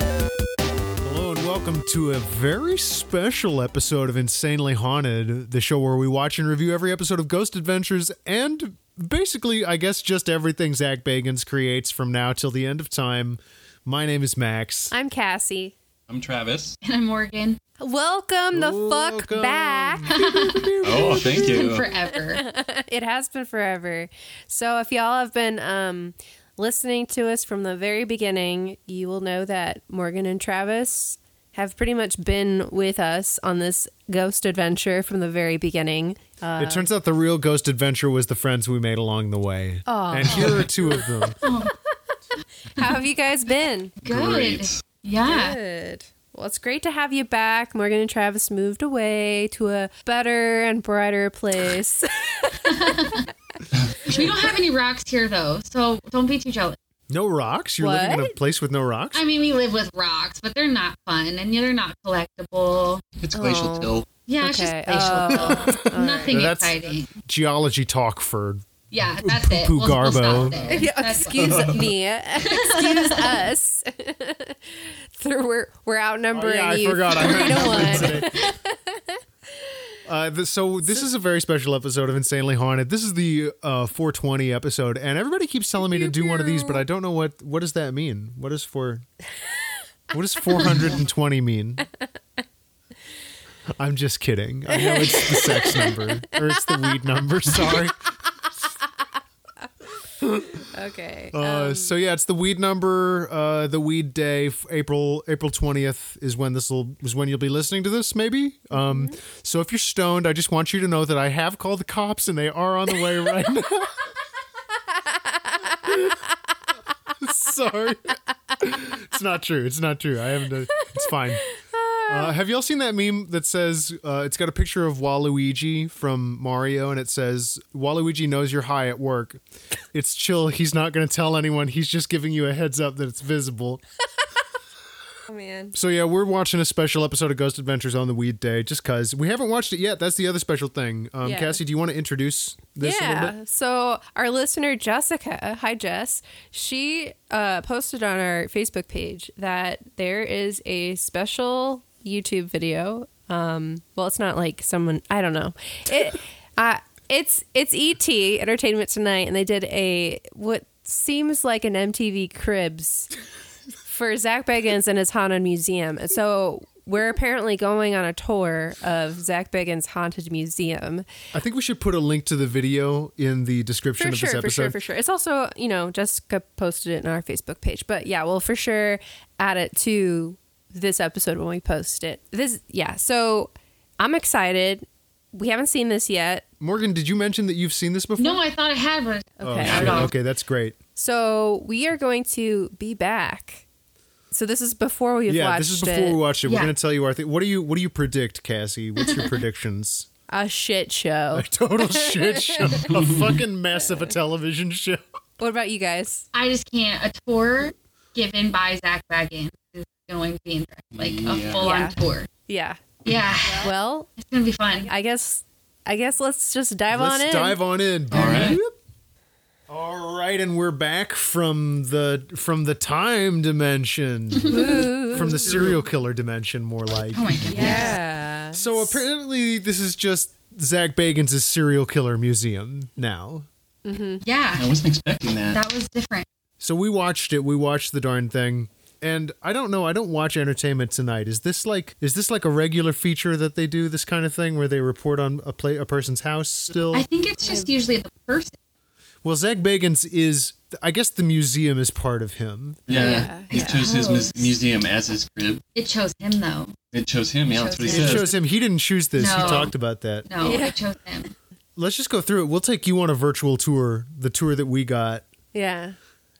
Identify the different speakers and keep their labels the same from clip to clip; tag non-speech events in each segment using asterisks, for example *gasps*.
Speaker 1: Hello and welcome to a very special episode of Insanely Haunted, the show where we watch and review every episode of Ghost Adventures and basically, I guess, just everything Zach Bagans creates from now till the end of time. My name is Max.
Speaker 2: I'm Cassie.
Speaker 3: I'm Travis.
Speaker 4: *laughs* And I'm Morgan.
Speaker 2: Welcome the
Speaker 1: Welcome.
Speaker 2: fuck back. *laughs*
Speaker 3: Oh, thank you.
Speaker 4: Forever.
Speaker 2: it has been forever. So if y'all have been um, listening to us from the very beginning, you will know that Morgan and Travis have pretty much been with us on this ghost adventure from the very beginning. Uh,
Speaker 1: it turns out the real Ghost Adventure was the friends we made along the way.
Speaker 2: Aw.
Speaker 1: And here are two of them.
Speaker 2: how have you guys been?
Speaker 4: *laughs* Good.
Speaker 3: Great.
Speaker 4: Yeah.
Speaker 2: Good. Well, it's great to have you back. Morgan and Travis moved away to a better and brighter place.
Speaker 4: We don't have any rocks here though, so don't be too jealous.
Speaker 1: No rocks? You're living in a
Speaker 2: What?
Speaker 1: place with no rocks?
Speaker 4: I mean, we live with rocks, but they're not fun and they're not collectible.
Speaker 3: It's glacial
Speaker 2: Oh.
Speaker 3: till.
Speaker 4: Yeah, it's just
Speaker 2: Okay, oh.
Speaker 4: glacial. though. Nothing
Speaker 1: That's-
Speaker 4: exciting.
Speaker 1: Geology talk for
Speaker 4: Yeah, that's it.
Speaker 1: poo
Speaker 4: We'll, we'll
Speaker 1: garbo.
Speaker 4: stop
Speaker 2: *laughs*
Speaker 4: there.
Speaker 2: Yeah,
Speaker 4: That's-
Speaker 2: excuse me. excuse us. *laughs* There- we're we're outnumbering
Speaker 1: Oh, yeah,
Speaker 2: you.
Speaker 1: I forgot. *laughs* I
Speaker 2: Three
Speaker 1: heard
Speaker 2: to
Speaker 1: you
Speaker 2: one.
Speaker 1: mention *laughs* it. Uh, th- so this is a very special episode of Insanely Haunted. This is the uh, 420 episode, and everybody keeps telling me to do one of these, but I don't know what what does that mean. What is four? What does 420 *laughs* mean? I'm just kidding. I know it's the sex number or it's the weed number. Sorry.
Speaker 2: Okay.
Speaker 1: Uh, so yeah, it's the weed number, uh, the weed day, f- April April twentieth is when this will is when you'll be listening to this, maybe. Um, so if you're stoned, I just want you to know that I have called the cops and they are on the way right now. *laughs* Sorry, it's not true. It's not true. I haven't. done- It's fine. Uh, have y'all seen that meme that says uh, it's got a picture of Waluigi from Mario and it says Waluigi knows you're high at work. It's chill. He's not going to tell anyone. He's just giving you a heads up that it's visible.
Speaker 2: oh man.
Speaker 1: So yeah, we're watching a special episode of Ghost Adventures on the Weed Day just cuz we haven't watched it yet. That's the other special thing. Um,
Speaker 2: Yeah.
Speaker 1: Cassie, do you want to introduce this a little bit?
Speaker 2: Yeah. So our listener Jessica, hi Jess, she uh, posted on our Facebook page that there is a special YouTube video. Um, well, it's not like someone I don't know. It, *laughs* uh, it's it's ET Entertainment Tonight, and they did a what seems like an MTV Cribs for Zach Bagans and his haunted museum. And so we're apparently going on a tour of Zach Bagans' haunted museum.
Speaker 1: I think we should put a link to the video in the description
Speaker 2: For
Speaker 1: of
Speaker 2: sure,
Speaker 1: this
Speaker 2: for
Speaker 1: episode.
Speaker 2: sure, for sure. It's also, you know, Jessica posted it on our Facebook page. But yeah, we'll for sure add it to this episode when we post it. This, yeah. So I'm excited. We haven't seen this yet.
Speaker 1: Morgan, did you mention that you've seen this before?
Speaker 4: no, I thought I had one.
Speaker 2: Okay.
Speaker 1: Oh, Shit, okay, that's great.
Speaker 2: So we are going to be back. So this is before we've
Speaker 1: yeah,
Speaker 2: watched
Speaker 1: this is before we
Speaker 2: it.
Speaker 1: watch it. We're
Speaker 4: Yeah.
Speaker 1: going to tell you our thing. What do you What do you predict, Cassie? What's your predictions?
Speaker 2: a shit
Speaker 1: *laughs*
Speaker 2: show.
Speaker 1: A total shit show. a fucking mess of a television show.
Speaker 2: What about you guys?
Speaker 4: I just can't. A tour given by Zach Baggins is going to be interesting. Like a
Speaker 3: Yeah.
Speaker 4: full on
Speaker 2: Yeah.
Speaker 4: tour.
Speaker 2: Yeah.
Speaker 4: Yeah,
Speaker 2: Well,
Speaker 4: it's going to be fun.
Speaker 2: I guess I guess let's just dive
Speaker 1: Let's
Speaker 2: on in.
Speaker 1: dive on in.
Speaker 3: All right.
Speaker 1: All right, and we're back from the from the time dimension, from the serial killer dimension, more like.
Speaker 4: Oh my god.
Speaker 2: Yeah.
Speaker 1: So uh, apparently, this is just Zach Bagans' serial killer museum now.
Speaker 4: Yeah,
Speaker 3: I wasn't expecting that.
Speaker 4: that was different.
Speaker 1: So we watched it. We watched the darn thing. And I don't know. I don't watch Entertainment Tonight. Is this like is this like a regular feature that they do this kind of thing where they report on a play a person's house still?
Speaker 4: I think it's just usually the person.
Speaker 1: well, Zach Bagans is. I guess the museum is part of him.
Speaker 3: Yeah.
Speaker 2: Yeah.
Speaker 3: He
Speaker 2: Yeah.
Speaker 3: chose his mus- museum as his crib.
Speaker 4: It chose him though.
Speaker 3: It chose him. Yeah, that's what he
Speaker 1: It
Speaker 3: says.
Speaker 1: shows him. He didn't choose this. He
Speaker 4: No.
Speaker 1: talked about that.
Speaker 4: No,
Speaker 2: Yeah.
Speaker 4: it chose him.
Speaker 1: Let's just go through it. We'll take you on a virtual tour. The tour that we got.
Speaker 2: Yeah.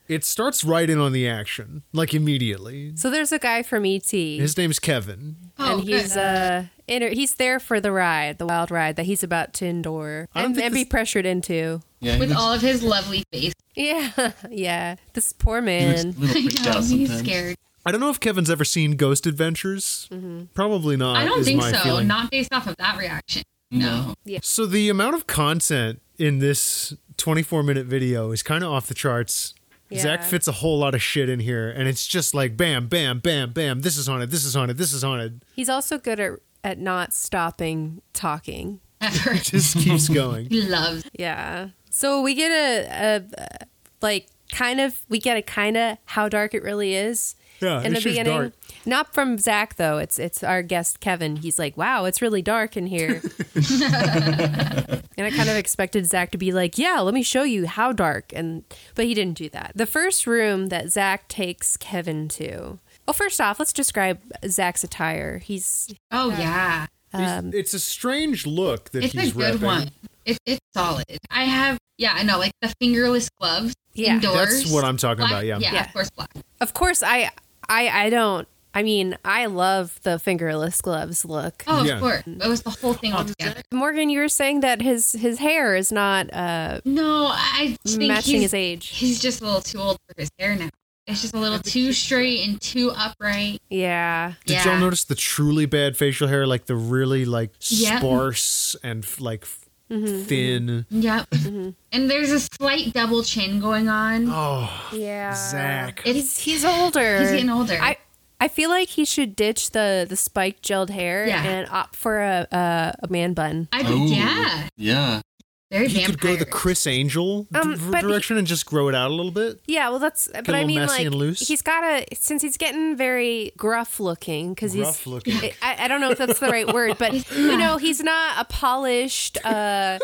Speaker 1: It starts right in on the action, like immediately.
Speaker 2: So there's a guy from E ET.
Speaker 1: His name's Kevin.
Speaker 4: Oh,
Speaker 2: and he's
Speaker 4: good.
Speaker 2: uh inter- he's there for the ride, the wild ride that he's about to endure
Speaker 1: I don't
Speaker 2: and,
Speaker 1: think
Speaker 2: and be
Speaker 1: this-
Speaker 2: pressured into.
Speaker 3: yeah, he
Speaker 4: with
Speaker 3: looks,
Speaker 4: all of his lovely face.
Speaker 2: Yeah, *laughs* yeah. This poor
Speaker 3: he looks a
Speaker 2: man.
Speaker 3: little
Speaker 4: *laughs* I
Speaker 3: freaked
Speaker 4: know,
Speaker 3: out
Speaker 4: he's
Speaker 3: sometimes.
Speaker 4: scared.
Speaker 1: I I don't know if Kevin's ever seen Ghost Adventures. Probably not.
Speaker 4: Mm-hmm. I don't
Speaker 1: Uh, is
Speaker 4: think
Speaker 1: my
Speaker 4: so.
Speaker 1: feeling.
Speaker 4: Not based off of that reaction. *laughs* No.
Speaker 1: So the amount of content in this 24 minute video is kind of off the charts. Zach
Speaker 2: Yeah.
Speaker 1: fits a whole lot of shit in here, and it's just like bam, bam, bam, bam. This is on it. This is on it. This is on
Speaker 4: *laughs*
Speaker 1: it.
Speaker 2: He's also good at at not stopping talking.
Speaker 1: *laughs*
Speaker 4: Ever.
Speaker 1: Just keeps
Speaker 4: *laughs*
Speaker 1: going.
Speaker 4: He loves
Speaker 2: Yeah. So we get a, a like kind of we get a kind of how dark it really is.
Speaker 1: Yeah,
Speaker 2: in the
Speaker 1: it's just
Speaker 2: beginning,
Speaker 1: Uh, dark.
Speaker 2: not from Zach though. It's it's our guest Kevin. He's like, "Wow, it's really dark in here," and I kind of expected Zach to be like, "Yeah, let me show you how dark," and but he didn't do that. The first room that Zach takes Kevin to. Well, first off, let's describe Zach's attire. He's
Speaker 4: Oh yeah.
Speaker 1: He's-
Speaker 2: um,
Speaker 1: it's a strange look that
Speaker 4: It's
Speaker 1: he's
Speaker 4: a good
Speaker 1: repping.
Speaker 4: one. It, it's solid. I have yeah, I know, like the fingerless gloves
Speaker 2: Yeah.
Speaker 4: indoors.
Speaker 1: That's what I'm talking
Speaker 4: Black-
Speaker 1: about. Yeah.
Speaker 4: yeah,
Speaker 2: Yeah.
Speaker 4: of course black.
Speaker 2: Of course, I, I, I don't. I mean, I love the fingerless gloves look.
Speaker 4: Oh,
Speaker 1: Yeah.
Speaker 4: of course. It was the whole thing all together.
Speaker 2: Morgan, you were saying that his his hair is not. Uh,
Speaker 4: No, I think
Speaker 2: Matching
Speaker 4: he's-
Speaker 2: his age.
Speaker 4: He's just a little too old for his hair now. It's just a little too straight and too upright.
Speaker 2: yeah,
Speaker 1: Did
Speaker 4: yeah.
Speaker 1: y'all notice the truly bad facial hair, like the really like
Speaker 4: Yeah.
Speaker 1: sparse and f- like f-
Speaker 2: Mm-hmm.
Speaker 1: thin?
Speaker 4: Yep. And there's a slight double chin going on.
Speaker 1: Oh,
Speaker 2: yeah.
Speaker 1: Zach.
Speaker 2: he's he's older.
Speaker 4: He's getting older.
Speaker 2: I I feel like he should ditch the the spiked gelled hair
Speaker 4: Yeah.
Speaker 2: and opt for a a, a man bun.
Speaker 4: I
Speaker 3: Oh.
Speaker 4: yeah.
Speaker 3: Yeah.
Speaker 4: Very
Speaker 1: he could go the
Speaker 4: vampire. *laughs*
Speaker 1: Chris Angel d-
Speaker 2: Um, but he-
Speaker 1: direction and just grow it out a little bit.
Speaker 2: Yeah, well, that's. but I
Speaker 1: little
Speaker 2: mean,
Speaker 1: messy
Speaker 2: like,
Speaker 1: and loose.
Speaker 2: he's got to since he's getting very gruff looking because he's
Speaker 1: Rough looking.
Speaker 2: I, I don't know if that's the right word,
Speaker 4: *laughs*
Speaker 2: but you know, he's not a polished, uh,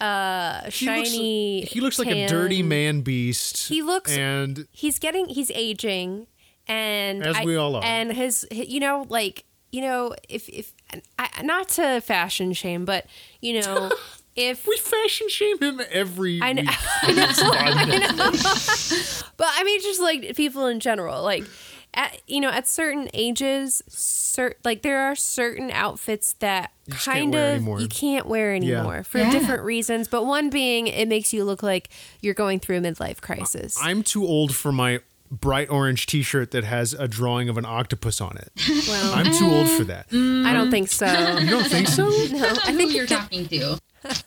Speaker 2: uh,
Speaker 1: He looks-
Speaker 2: shiny.
Speaker 1: He looks like a dirty
Speaker 2: tan-
Speaker 1: man beast.
Speaker 2: He looks-
Speaker 1: and
Speaker 2: He's getting, he's aging, and
Speaker 1: As we all are.
Speaker 2: And his, you know, like you know, if if I, not to fashion shame, but
Speaker 1: *laughs*
Speaker 2: you know, if
Speaker 1: we fashion shame him every
Speaker 2: I know.
Speaker 1: week.
Speaker 2: *laughs* I know. I know. but I mean, just like people in general, like at, you know, at certain ages, cer- like there are certain outfits that
Speaker 1: just can't
Speaker 2: kind
Speaker 1: wear
Speaker 2: of
Speaker 1: anymore.
Speaker 2: you can't wear anymore for
Speaker 4: Yeah.
Speaker 2: different reasons. But one being, it makes you look like you're going through a midlife crisis.
Speaker 1: I'm too old for my bright orange T-shirt that has a drawing of an octopus on it.
Speaker 4: Oh.
Speaker 2: well,
Speaker 1: I'm too old for that. You
Speaker 2: I don't think so. *laughs* No,
Speaker 1: don't think so?
Speaker 2: I
Speaker 4: who
Speaker 2: think
Speaker 4: you're talking to.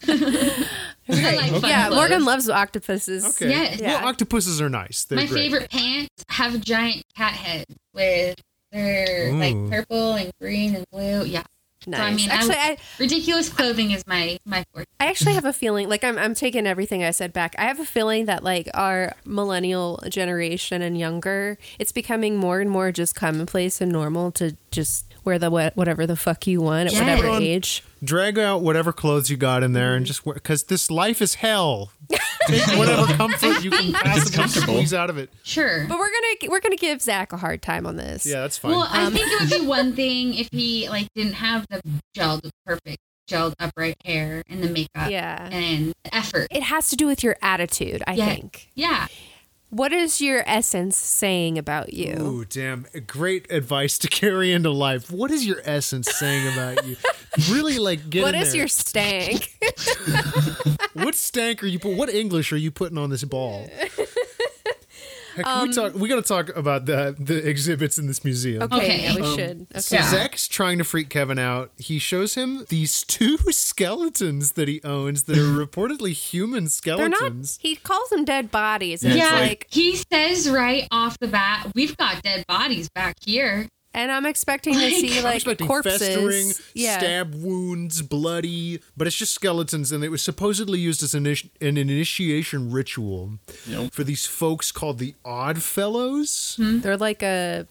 Speaker 2: *laughs*
Speaker 4: *laughs*
Speaker 2: Right.
Speaker 4: like fun
Speaker 2: yeah,
Speaker 4: clothes.
Speaker 2: Morgan loves octopuses.
Speaker 1: Okay.
Speaker 4: Yes.
Speaker 2: Yeah.
Speaker 1: Well, octopuses are nice. They're
Speaker 4: My
Speaker 1: great.
Speaker 4: favorite pants have giant cat heads with they're
Speaker 1: Ooh.
Speaker 4: like purple and green and blue. Yeah.
Speaker 2: Nice.
Speaker 4: So I mean,
Speaker 2: Actually,
Speaker 4: I,
Speaker 2: I,
Speaker 4: ridiculous clothing is my my forte.
Speaker 2: I actually have a feeling like I'm I'm taking everything I said back. I have a feeling that like our millennial generation and younger, it's becoming more and more just commonplace and normal to just wear the what, whatever the fuck you want at
Speaker 4: Yes.
Speaker 2: whatever
Speaker 4: Put on-
Speaker 2: age.
Speaker 1: Drag out whatever clothes you got in there and just wear because this life is
Speaker 2: *laughs*
Speaker 1: hell. Take whatever
Speaker 4: *laughs*
Speaker 1: comfort you can possibly
Speaker 3: comfortable.
Speaker 1: squeeze out of it.
Speaker 4: Sure.
Speaker 2: But we're gonna we're gonna give Zach a hard time on this.
Speaker 1: Yeah, that's fine.
Speaker 4: Well, I
Speaker 2: Um,
Speaker 4: think
Speaker 2: *laughs*
Speaker 4: it would be one thing if he like didn't have the gelled perfect gelled upright hair and the makeup
Speaker 2: Yeah.
Speaker 4: and the effort.
Speaker 2: It has to do with your attitude, I
Speaker 4: Yeah.
Speaker 2: think.
Speaker 4: Yeah.
Speaker 2: What is your essence saying about you?
Speaker 1: Ooh, damn. Great advice to *laughs* carry into life. What is your essence saying about
Speaker 2: *laughs*
Speaker 1: you? Really, like, get
Speaker 2: What
Speaker 1: in
Speaker 2: is
Speaker 1: there.
Speaker 2: your stank? *laughs*
Speaker 1: What stank are you put? What English are you putting on this ball? Heck, can
Speaker 2: Um,
Speaker 1: we talk. We got to talk about the the exhibits in this museum.
Speaker 2: Okay,
Speaker 4: Okay.
Speaker 2: yeah, we
Speaker 1: Um,
Speaker 2: should. Okay.
Speaker 1: So Zach's trying to freak Kevin out. He shows him these two *laughs* skeletons that he owns that are reportedly human
Speaker 2: They're
Speaker 1: skeletons.
Speaker 2: not. He calls them dead bodies. And
Speaker 3: Yeah,
Speaker 2: yeah,
Speaker 4: yeah.
Speaker 3: it's
Speaker 2: like
Speaker 4: he says right off the bat, we've got dead bodies back here.
Speaker 2: And I'm expecting to see
Speaker 1: I'm
Speaker 2: like
Speaker 1: expecting
Speaker 2: corpses.
Speaker 1: festering,
Speaker 2: yeah.
Speaker 1: stab wounds, bloody, but it's just skeletons, and it was supposedly used as an, initi- an initiation ritual
Speaker 3: Yep.
Speaker 1: for these folks called the Odd Fellows.
Speaker 2: They're like a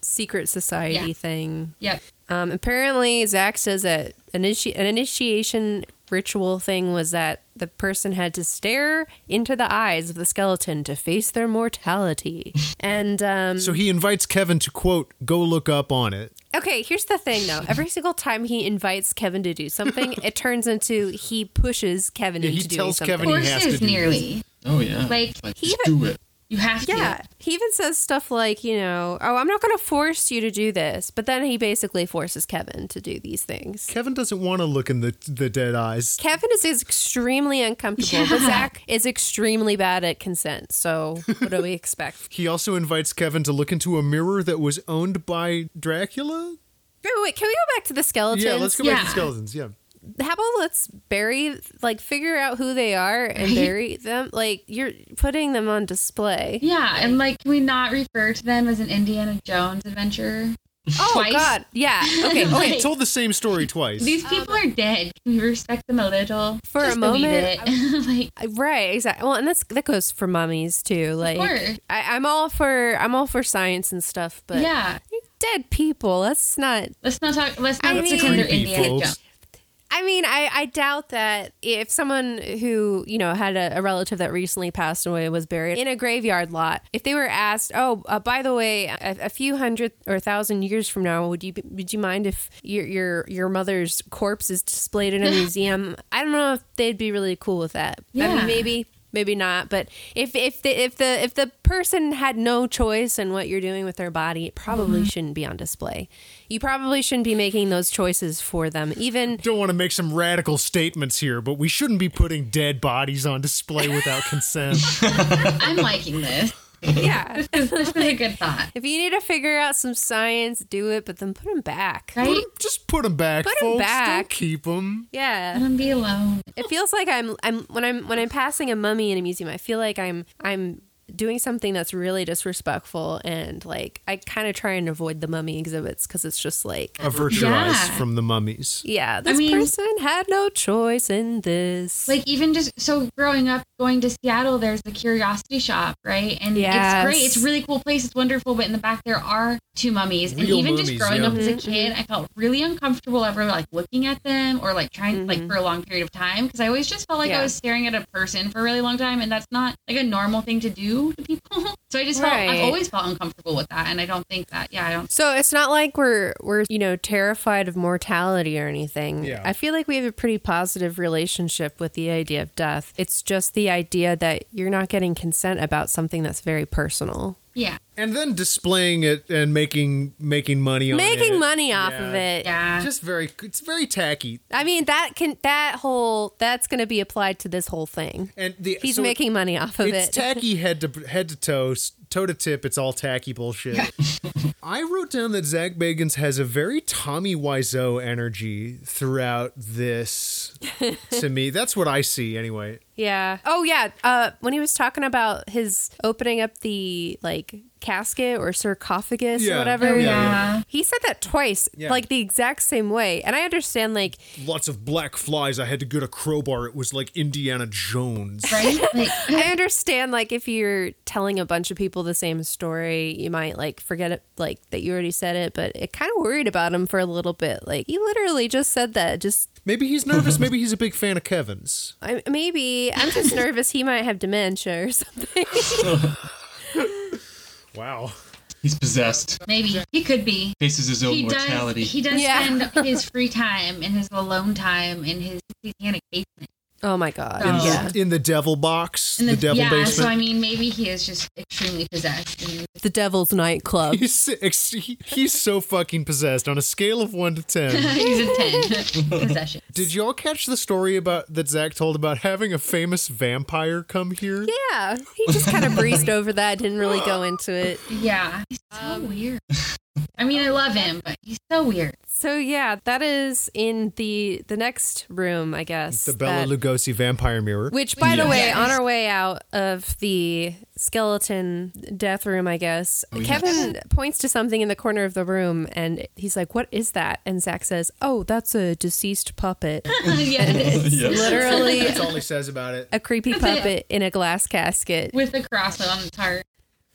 Speaker 2: secret society
Speaker 4: Yeah.
Speaker 2: thing.
Speaker 4: Yep.
Speaker 2: Um, apparently, Zach says that initi- an initiation ritual thing was that the person had to stare into the eyes of the skeleton to face their mortality. and um,
Speaker 1: So he invites Kevin to quote, "Go look up on it."
Speaker 2: okay, here's the thing though: every single time he invites Kevin to do something, it turns into he pushes Kevin
Speaker 1: Yeah,
Speaker 2: into
Speaker 1: he
Speaker 2: doing
Speaker 1: tells
Speaker 2: something.
Speaker 1: Kevin he has to
Speaker 4: Horses
Speaker 1: do this.
Speaker 4: nearly.
Speaker 3: Oh yeah.
Speaker 4: Like,
Speaker 3: like
Speaker 2: he
Speaker 3: just
Speaker 2: even-
Speaker 3: do it.
Speaker 4: You have to.
Speaker 2: Yeah. He even says stuff like, you know, oh, I'm not going to force you to do this. But then he basically forces Kevin to do these things.
Speaker 1: Kevin doesn't want to look in the the dead eyes.
Speaker 2: Kevin is, is extremely uncomfortable, but
Speaker 4: Yeah.
Speaker 2: Zach is extremely bad at consent. So what do we expect?
Speaker 1: He also invites Kevin to look into a mirror that was owned by Dracula.
Speaker 2: Wait, Oh, wait, can we go back to the skeletons?
Speaker 1: Yeah, let's go back to
Speaker 4: Yeah.
Speaker 1: skeletons. Yeah.
Speaker 2: How about let's bury, like, figure out who they are and
Speaker 4: Right.
Speaker 2: bury them? Like, you're putting them on display.
Speaker 4: *laughs* Yeah, and like, can we not refer to them as an Indiana Jones adventure?
Speaker 2: Oh
Speaker 4: Twice?
Speaker 2: God! Yeah. Okay.
Speaker 4: Like,
Speaker 2: Okay.
Speaker 1: He told the same story twice.
Speaker 4: These people are dead. Can we respect them a little?
Speaker 2: Um, For a
Speaker 4: Just believe
Speaker 2: moment,
Speaker 4: it. *laughs* like,
Speaker 2: Right. Exactly. Well, and that's that goes for mummies too. Like,
Speaker 4: course.
Speaker 2: I, I'm all for I'm all for science and stuff, but
Speaker 4: yeah.
Speaker 2: dead people. That's not.
Speaker 4: Let's not talk. Let's not
Speaker 2: I mean-
Speaker 4: pretend they're
Speaker 1: Creepy,
Speaker 4: Indiana
Speaker 1: folks.
Speaker 4: Jones.
Speaker 2: I mean, I, I doubt that if someone who, you know, had a, a relative that recently passed away was buried in a graveyard lot, if they were asked, oh, uh, by the way, a, a few hundred or thousand years from now, would you be- would you mind if your your, your mother's corpse is displayed in a museum? I don't know if they'd be really cool with that. I
Speaker 4: Yeah.
Speaker 2: mean, maybe maybe not but if if the if the if the person had no choice in what you're doing with their body it probably shouldn't be on display you probably shouldn't be making those choices for them even
Speaker 1: Don't want to make some radical statements here, but we shouldn't be putting dead bodies on display without
Speaker 2: *laughs*
Speaker 1: consent.
Speaker 4: I'm liking this. *laughs*
Speaker 2: yeah.
Speaker 4: This is a good thought,
Speaker 2: If you need to figure out some science, do it, but then put them back.
Speaker 4: right?
Speaker 1: Just put them back,
Speaker 2: Put 'em
Speaker 1: folks. Don't
Speaker 2: back.
Speaker 1: keep them.
Speaker 4: Let
Speaker 2: Yeah.
Speaker 4: them be alone.
Speaker 2: It feels like I'm I'm when I'm when I'm passing a mummy in a museum, I feel like I'm I'm doing something that's really disrespectful and like I kind of try and avoid the mummy exhibits cuz it's just like
Speaker 1: Avert your
Speaker 4: Yeah.
Speaker 1: eyes from the mummies.
Speaker 2: yeah, this
Speaker 4: mean-
Speaker 2: person had no choice in this.
Speaker 4: Like even just so growing up, going to Seattle, there's the Curiosity Shop, right? And
Speaker 2: Yes.
Speaker 4: it's great. It's a really cool place. It's wonderful. But in the back, there are two mummies. and
Speaker 1: Real
Speaker 4: even
Speaker 1: mummies,
Speaker 4: just growing
Speaker 1: yeah.
Speaker 4: up as a kid, I felt really uncomfortable ever like looking at them or like trying
Speaker 1: Mm-hmm.
Speaker 4: like for a long period of time because I always just felt like
Speaker 2: Yeah.
Speaker 4: I was staring at a person for a really long time, and that's not like a normal thing to do to people. *laughs* so I just felt
Speaker 2: Right.
Speaker 4: I've always felt uncomfortable with that, and I don't think that. Yeah, I don't.
Speaker 2: So it's not like we're we're you know terrified of mortality or anything.
Speaker 1: Yeah.
Speaker 2: I feel like we have a pretty positive relationship with the idea of death. It's just the idea that you're not getting consent about something that's very personal.
Speaker 4: Yeah,
Speaker 1: And then displaying it and making making money on it.
Speaker 2: Making money off of it.
Speaker 4: yeah.
Speaker 1: Just very it's very tacky.
Speaker 2: I mean that can that whole that's going to be applied to this whole thing.
Speaker 1: And the
Speaker 2: He's
Speaker 1: so it-
Speaker 2: making money off of
Speaker 1: It's
Speaker 2: it. *laughs*
Speaker 1: tacky head to head to toe, s- toe to tip. It's all tacky bullshit. *laughs* I wrote down that Zach Bagans has a very Tommy Wiseau energy throughout
Speaker 2: *laughs*
Speaker 1: this. to me, that's what I see anyway.
Speaker 2: Yeah. Oh yeah. Uh, when he was talking about his opening up the like casket or sarcophagus
Speaker 1: Yeah.
Speaker 2: or whatever.
Speaker 1: Oh,
Speaker 4: yeah.
Speaker 2: He said that twice,
Speaker 1: Yeah.
Speaker 2: like the exact same way. And I understand, *laughs* like,
Speaker 1: Lots of black flies. I had to get a crowbar. It was like Indiana Jones.
Speaker 4: Right? Like,
Speaker 2: I understand, like, if you're telling a bunch of people the same story, you might, like, forget it, like, that you already said it, but it kind of worried about him for a little bit. Like, he literally just said that. Just
Speaker 1: Maybe he's nervous. Maybe he's a big fan of Kevin's.
Speaker 2: I, maybe I'm *laughs* just nervous he might have dementia or something.
Speaker 1: Wow.
Speaker 3: He's possessed.
Speaker 4: maybe he could be.
Speaker 3: Faces his own
Speaker 4: he
Speaker 3: mortality. *laughs*
Speaker 4: Does, he does
Speaker 2: Yeah. *laughs*
Speaker 4: spend his free time and his alone time in his satanic basement.
Speaker 2: Oh my God.
Speaker 4: In
Speaker 1: In-
Speaker 2: Yeah.
Speaker 1: In the devil box,
Speaker 4: In
Speaker 1: the, devil
Speaker 4: yeah,
Speaker 1: basement.
Speaker 4: so I mean, maybe he is just extremely possessed. And *laughs*
Speaker 2: The Devil's Nightclub.
Speaker 1: He's, si- ex- he- he's so fucking possessed. On a scale of one to
Speaker 4: *laughs*
Speaker 1: ten,
Speaker 4: he's a
Speaker 3: *laughs*
Speaker 4: 10 possession.
Speaker 1: Did y'all catch the story about that Zach told about having a famous vampire come here?
Speaker 2: Yeah. He just kind of breezed over that, didn't really go into it.
Speaker 4: Yeah. He's so
Speaker 2: Oh.
Speaker 4: weird. I mean, I love him, but he's so weird. *laughs*
Speaker 2: So yeah, that is in the the next room, I guess.
Speaker 1: The Bella
Speaker 2: that-
Speaker 1: Lugosi vampire mirror.
Speaker 2: Which, by the way,
Speaker 4: Yes.
Speaker 2: on our way out of the skeleton death room, I guess,
Speaker 3: Oh, yes.
Speaker 2: Kevin points to something in the corner of the room and he's like, What is that? And Zach says, Oh, that's a deceased *laughs* puppet.
Speaker 4: yeah, it is.
Speaker 3: Yes.
Speaker 2: Literally
Speaker 1: That's all he says about it.
Speaker 2: a creepy puppet in a glass casket.
Speaker 4: With the crossbow on its heart.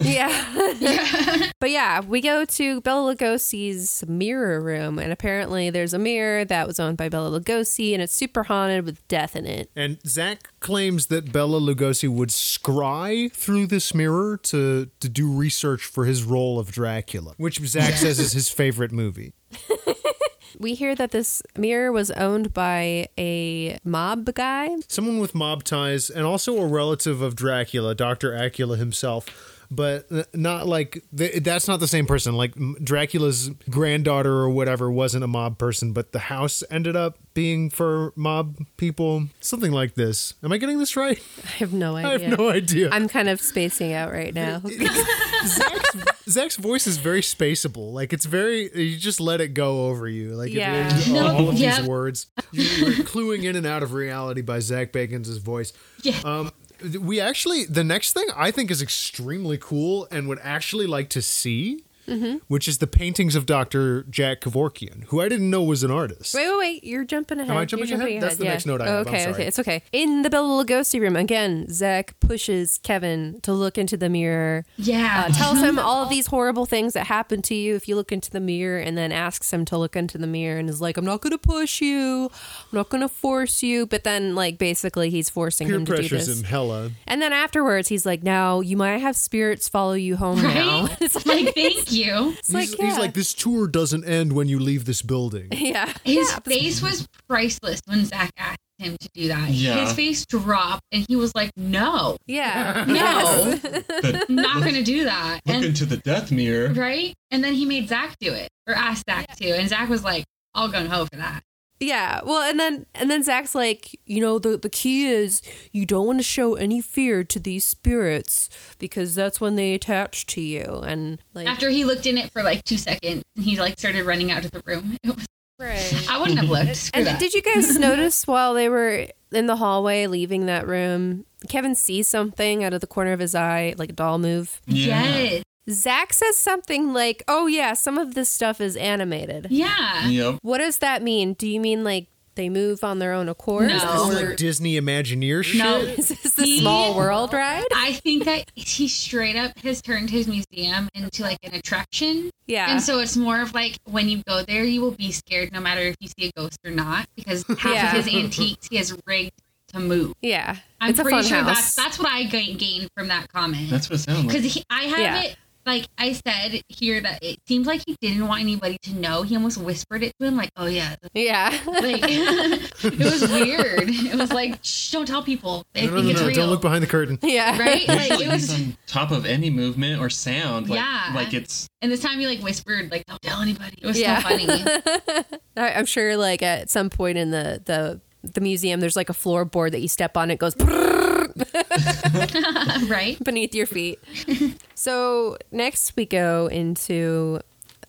Speaker 2: Yeah. *laughs* but yeah, we go to Bella Lugosi's mirror room, and apparently there's a mirror that was owned by Bella Lugosi, and it's super haunted with death in it.
Speaker 1: And Zach claims that Bella Lugosi would scry through this mirror to, to do research for his role of Dracula, which Zach says is his favorite movie.
Speaker 2: we hear that this mirror was owned by a mob guy. *laughs*
Speaker 1: Someone with mob ties and also a relative of Dracula, Dr. Acula himself. But n- not like th- that's not the same person. Like m- Dracula's granddaughter or whatever wasn't a mob person, but the house ended up being for mob people. Something like this. Am I getting this right? *laughs*
Speaker 2: I have no idea.
Speaker 1: I have no idea.
Speaker 2: I'm kind of spacing out
Speaker 1: *laughs*
Speaker 2: right now.
Speaker 1: Zach's, *laughs* Zach's voice is very spaceable. Like it's very you just let it go over you. Like it-
Speaker 2: Yeah.
Speaker 1: it- all, all of
Speaker 4: Yeah.
Speaker 1: these words, you, you're cluing in and out of reality by Zach Bacon's voice.
Speaker 4: Yeah.
Speaker 1: Um, th- we actually the next thing I think is extremely cool and would actually like to see. Which is the paintings of Dr. Jack Kevorkian, who I didn't know was an artist.
Speaker 2: Wait, wait, wait! You're jumping ahead.
Speaker 1: I jumping
Speaker 2: You're
Speaker 1: ahead? That's the next note I
Speaker 2: Oh,
Speaker 1: have. I'm
Speaker 2: Okay,
Speaker 1: sorry.
Speaker 2: okay, it's okay. In the Bella Lugosi room again, Zach pushes Kevin to look into the mirror.
Speaker 4: Yeah.
Speaker 2: Uh, tells
Speaker 4: *laughs*
Speaker 2: him all of these horrible things that happened to you if you look into the mirror, and then asks him to look into the mirror and is like, "I'm not going to push you, I'm not going to force you," but then like basically he's forcing
Speaker 1: Peer
Speaker 2: him to do
Speaker 1: pressures
Speaker 2: this.
Speaker 1: him hella.
Speaker 2: And then afterwards, he's like, "Now you might have spirits follow you home now."
Speaker 4: Right?
Speaker 2: *laughs* It's like,
Speaker 4: like, thank you.
Speaker 2: it's
Speaker 1: He's,
Speaker 2: like,
Speaker 1: he's
Speaker 2: yeah.
Speaker 1: like, this tour doesn't end when you leave this building.
Speaker 2: yeah,
Speaker 4: His
Speaker 2: yeah.
Speaker 4: face was priceless when Zach asked him to do that.
Speaker 3: Yeah.
Speaker 4: His face dropped and he was like, no,
Speaker 2: *laughs* Yeah.
Speaker 4: no, not going to do that.
Speaker 3: Look
Speaker 4: And,
Speaker 3: into the death mirror.
Speaker 4: right? And then he made Zach do it or asked Zach to. And Zach was like, all gung ho for that.
Speaker 2: *laughs* Yeah. Well, and then and then Zach's like, you know, the the key is you don't want to show any fear to these spirits because that's when they attach to you and like
Speaker 4: After he looked in it for like two seconds and he like started running out of the room. *laughs* It was,
Speaker 5: Right.
Speaker 4: I wouldn't have looked. Screw
Speaker 2: And
Speaker 4: that.
Speaker 2: did you guys notice while they were in the hallway leaving that room, Kevin sees something out of the corner of his eye, like a doll move.
Speaker 3: Yeah.
Speaker 4: Yes.
Speaker 2: Zach says something like, "Oh yeah, some of this stuff is animated."
Speaker 4: Yeah.
Speaker 3: Yep.
Speaker 2: What does that mean? Do you mean like they move on their own accord?
Speaker 4: No.
Speaker 1: This is like Disney Imagineer shit.
Speaker 2: *laughs*
Speaker 4: No.
Speaker 2: Is this the
Speaker 4: He-
Speaker 2: small world
Speaker 4: *laughs*
Speaker 2: ride?
Speaker 4: I think that he straight up has turned his museum into like an attraction.
Speaker 2: Yeah.
Speaker 4: And so it's more of like when you go there, you will be scared no matter if you see a ghost or not because half
Speaker 2: Yeah.
Speaker 4: of his antiques he has rigged to move.
Speaker 2: yeah.
Speaker 4: I'm
Speaker 2: it's a
Speaker 4: pretty
Speaker 2: fun
Speaker 4: sure
Speaker 2: house.
Speaker 4: that's that's what I ga- gained from that comment
Speaker 3: That's what it sounds like.
Speaker 4: because I have
Speaker 2: Yeah.
Speaker 4: it. Like I said here, that it seems like he didn't want anybody to know. He almost whispered it to him, like, "Oh yeah."
Speaker 2: *laughs* yeah.
Speaker 4: *laughs*
Speaker 2: *laughs*
Speaker 4: Like it was weird. It was like, Shh, "Don't tell people. They
Speaker 1: No, no,
Speaker 4: think
Speaker 1: no,
Speaker 4: it's
Speaker 1: no,
Speaker 4: real."
Speaker 1: Don't look behind the curtain.
Speaker 2: yeah.
Speaker 4: *laughs* Right? Like
Speaker 3: Usually
Speaker 4: it
Speaker 3: he's
Speaker 4: was
Speaker 3: on top of any movement or sound. Like,
Speaker 4: Yeah.
Speaker 3: Like it's
Speaker 4: And this time he like whispered, like, don't tell anybody. It was
Speaker 2: Yeah. *laughs*
Speaker 4: so funny.
Speaker 2: *laughs*
Speaker 4: *laughs*
Speaker 2: I- I'm sure like at some point in the the the museum there's like a floorboard that you step on it goes
Speaker 4: right?
Speaker 2: beneath your
Speaker 4: *laughs*
Speaker 2: feet. so next we go into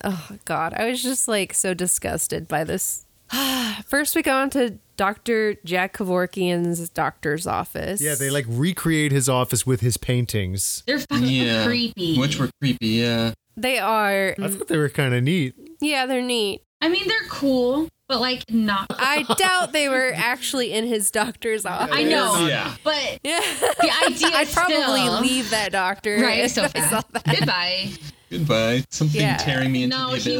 Speaker 2: oh god, I was just like so disgusted by this. *sighs* First we go on to Dr. Jack Kevorkian's doctor's office.
Speaker 1: Yeah, they like recreate his office with his paintings.
Speaker 4: They're fucking
Speaker 3: yeah,
Speaker 4: creepy.
Speaker 3: which were creepy. Yeah,
Speaker 2: they are
Speaker 1: I thought they were kind of neat.
Speaker 2: yeah, they're neat.
Speaker 4: I mean, they're cool, but like not. *laughs*
Speaker 2: I doubt they were actually in his doctor's office.
Speaker 4: I know.
Speaker 3: Yeah.
Speaker 4: But
Speaker 2: Yeah. *laughs*
Speaker 4: the idea
Speaker 2: I'd probably
Speaker 4: still,
Speaker 2: leave that doctor. *laughs*
Speaker 4: Right,
Speaker 2: if
Speaker 4: so
Speaker 2: I saw
Speaker 4: fast.
Speaker 2: that. *laughs*
Speaker 4: Goodbye.
Speaker 3: goodbye. Something
Speaker 2: Yeah.
Speaker 3: tearing me into
Speaker 4: No,
Speaker 3: the abyss.
Speaker 4: he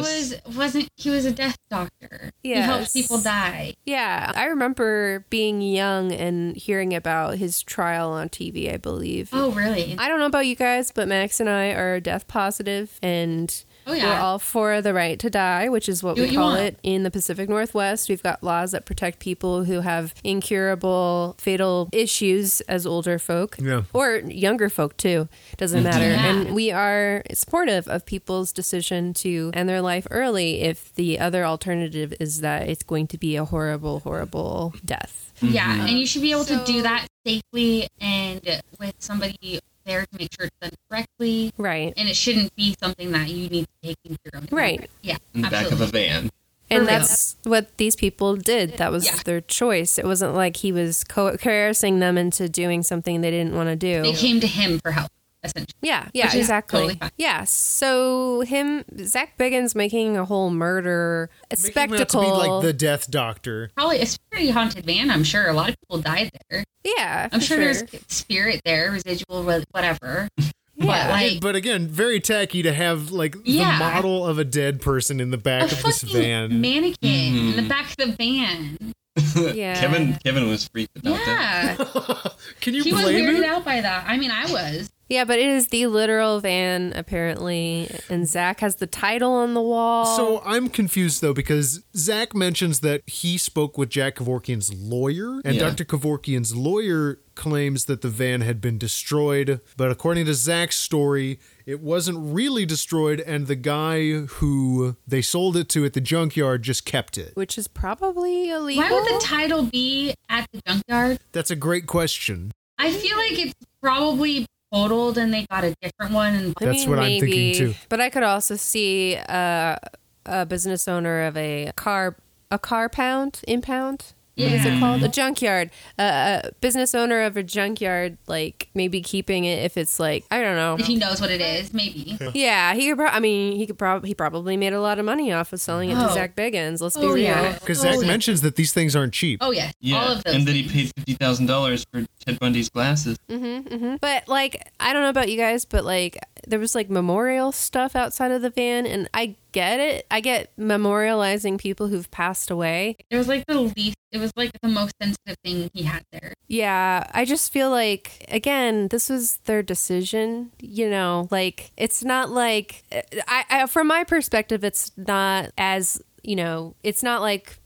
Speaker 4: was wasn't. He was a death doctor. He
Speaker 2: Yes.
Speaker 4: helped people die.
Speaker 2: Yeah, I remember being young and hearing about his trial on TV, I believe.
Speaker 4: Oh, really?
Speaker 2: I don't know about you guys, but Max and I are death positive and
Speaker 4: Oh, yeah.
Speaker 2: we're all for the right to die, which is what
Speaker 4: Do
Speaker 2: we
Speaker 4: what you
Speaker 2: call
Speaker 4: want.
Speaker 2: it in the Pacific Northwest. We've got laws that protect people who have incurable fatal issues as older folk
Speaker 1: Yeah.
Speaker 2: or younger folk too. Doesn't matter.
Speaker 4: Yeah.
Speaker 2: And we are supportive of people's decision to end their life early if the other alternative is that it's going to be a horrible, horrible death.
Speaker 4: Yeah,
Speaker 3: Mm-hmm.
Speaker 4: and you should be able
Speaker 5: So-
Speaker 4: to do that safely and with somebody there to make sure it's done correctly.
Speaker 2: Right.
Speaker 4: And it shouldn't be something that you need to take into your own. hands.
Speaker 2: Right.
Speaker 4: Yeah.
Speaker 3: in the back of a van.
Speaker 2: And
Speaker 4: For real.
Speaker 2: that's what these people did. That was
Speaker 4: Yeah.
Speaker 2: their choice. It wasn't like he was co- coercing them into doing something they didn't want to do.
Speaker 4: They came to him for help, essentially.
Speaker 2: Yeah, yeah,
Speaker 4: Which is
Speaker 2: exactly.
Speaker 4: totally fine.
Speaker 2: yeah, so him, Zach Biggins making a whole murder a
Speaker 1: Making him out to
Speaker 2: spectacle.
Speaker 1: be like the death doctor.
Speaker 4: probably it's a pretty haunted van. I'm sure a lot of people died there.
Speaker 2: yeah,
Speaker 4: I'm
Speaker 2: for
Speaker 4: sure, there's spirit there, residual, wha- whatever. But
Speaker 2: Yeah.
Speaker 4: like,
Speaker 1: But again, very tacky to have like
Speaker 4: Yeah.
Speaker 1: the model of a dead person in the
Speaker 4: a
Speaker 1: back of this
Speaker 4: fucking
Speaker 1: van.
Speaker 4: mannequin in
Speaker 3: Hmm.
Speaker 4: the back of the van.
Speaker 2: Yeah.
Speaker 3: Kevin Kevin was freaked about that.
Speaker 4: Yeah,
Speaker 1: Can you
Speaker 4: *laughs* he was
Speaker 1: blame
Speaker 4: weirded
Speaker 1: him?
Speaker 4: out by that. I mean, I was.
Speaker 2: Yeah, but it is the literal van apparently, and Zach has the title on the wall.
Speaker 1: So I'm confused though because Zach mentions that he spoke with Jack Kevorkian's lawyer, and
Speaker 3: Yeah.
Speaker 1: Dr. Kevorkian's lawyer claims that the van had been destroyed. But according to Zach's story, it wasn't really destroyed, and the guy who they sold it to at the junkyard just kept it.
Speaker 2: which is probably illegal.
Speaker 4: Why would the title be at the junkyard?
Speaker 1: That's a great question.
Speaker 4: I feel like it's probably totaled and they got a different one. And
Speaker 2: I
Speaker 1: That's
Speaker 2: mean,
Speaker 1: what I'm thinking,
Speaker 2: maybe,
Speaker 1: too.
Speaker 2: But I could also see uh, a business owner of a car a car pound impound. What is it
Speaker 4: Yeah.
Speaker 2: called? A junkyard. Uh, a business owner of a junkyard, like maybe keeping it if it's like I don't know.
Speaker 4: if he knows what it is, maybe.
Speaker 2: *laughs* Yeah, he could. Pro- I mean, he could probably he probably made a lot of money off of selling it to
Speaker 4: Oh.
Speaker 2: Zach Biggins. Let's be
Speaker 4: Oh,
Speaker 2: real.
Speaker 4: yeah.
Speaker 1: Because
Speaker 4: Oh,
Speaker 1: Zach
Speaker 4: yeah.
Speaker 1: mentions that these things aren't cheap.
Speaker 4: Oh yeah,
Speaker 3: Yeah,
Speaker 4: all of those.
Speaker 3: and then he
Speaker 4: things.
Speaker 3: paid fifty thousand dollars for Ted Bundy's
Speaker 4: *laughs*
Speaker 3: glasses.
Speaker 2: Mm-hmm, But like, I don't know about you guys, but like, there was like memorial stuff outside of the van, and I get it. I get memorializing people who've passed away.
Speaker 4: It was like the least. It was like the most sensitive thing he had there.
Speaker 2: Yeah, I just feel like again, this was their decision. You know, like it's not like I, I from my perspective, it's not as you know, it's not like.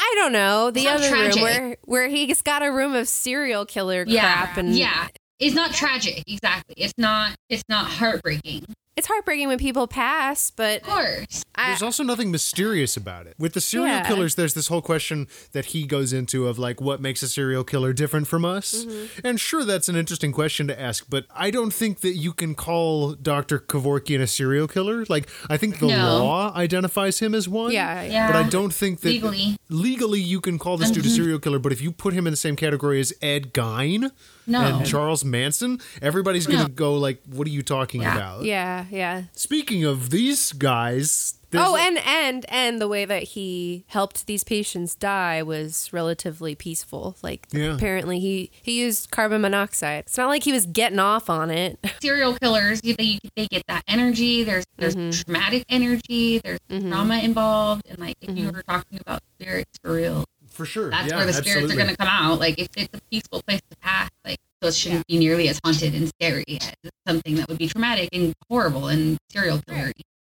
Speaker 2: I don't know the
Speaker 4: It's not
Speaker 2: other room
Speaker 4: tragic.
Speaker 2: where where he's got a room of serial killer crap and
Speaker 4: yeah. It's not tragic, exactly. It's not. It's not heartbreaking.
Speaker 2: it's heartbreaking when people pass, but
Speaker 4: Of course,
Speaker 2: I,
Speaker 1: There's also nothing mysterious about it. With the serial
Speaker 2: Yeah.
Speaker 1: killers, there's this whole question that he goes into of like what makes a serial killer different from us. And sure, that's an interesting question to ask, but I don't think that you can call Dr. Kevorkian a serial killer. Like, I think the
Speaker 4: No.
Speaker 1: law identifies him as one.
Speaker 2: yeah, yeah.
Speaker 4: yeah.
Speaker 1: But I don't think that
Speaker 4: Legally.
Speaker 1: legally you can call this dude a serial killer. But if you put him in the same category as Ed Gein
Speaker 4: No.
Speaker 1: and Charles Manson, everybody's going to go like, "What are you talking
Speaker 4: Yeah.
Speaker 1: about?"
Speaker 2: Yeah, yeah.
Speaker 1: Speaking of these guys, there's
Speaker 2: oh, and and and the way that he helped these patients die was relatively peaceful. Like
Speaker 1: Yeah.
Speaker 2: apparently he he used carbon monoxide. It's not like he was getting off on it. *laughs*
Speaker 4: serial killers, you, they they get that energy. There's there's traumatic energy. There's trauma involved, and like if you were talking about spirits for real,
Speaker 1: for sure.
Speaker 4: that's
Speaker 1: yeah,
Speaker 4: where the spirits
Speaker 1: absolutely.
Speaker 4: are gonna come out. Like it's, it's a peaceful place to pass, like so it shouldn't be nearly as haunted and scary as something that would be traumatic and horrible and serial killer.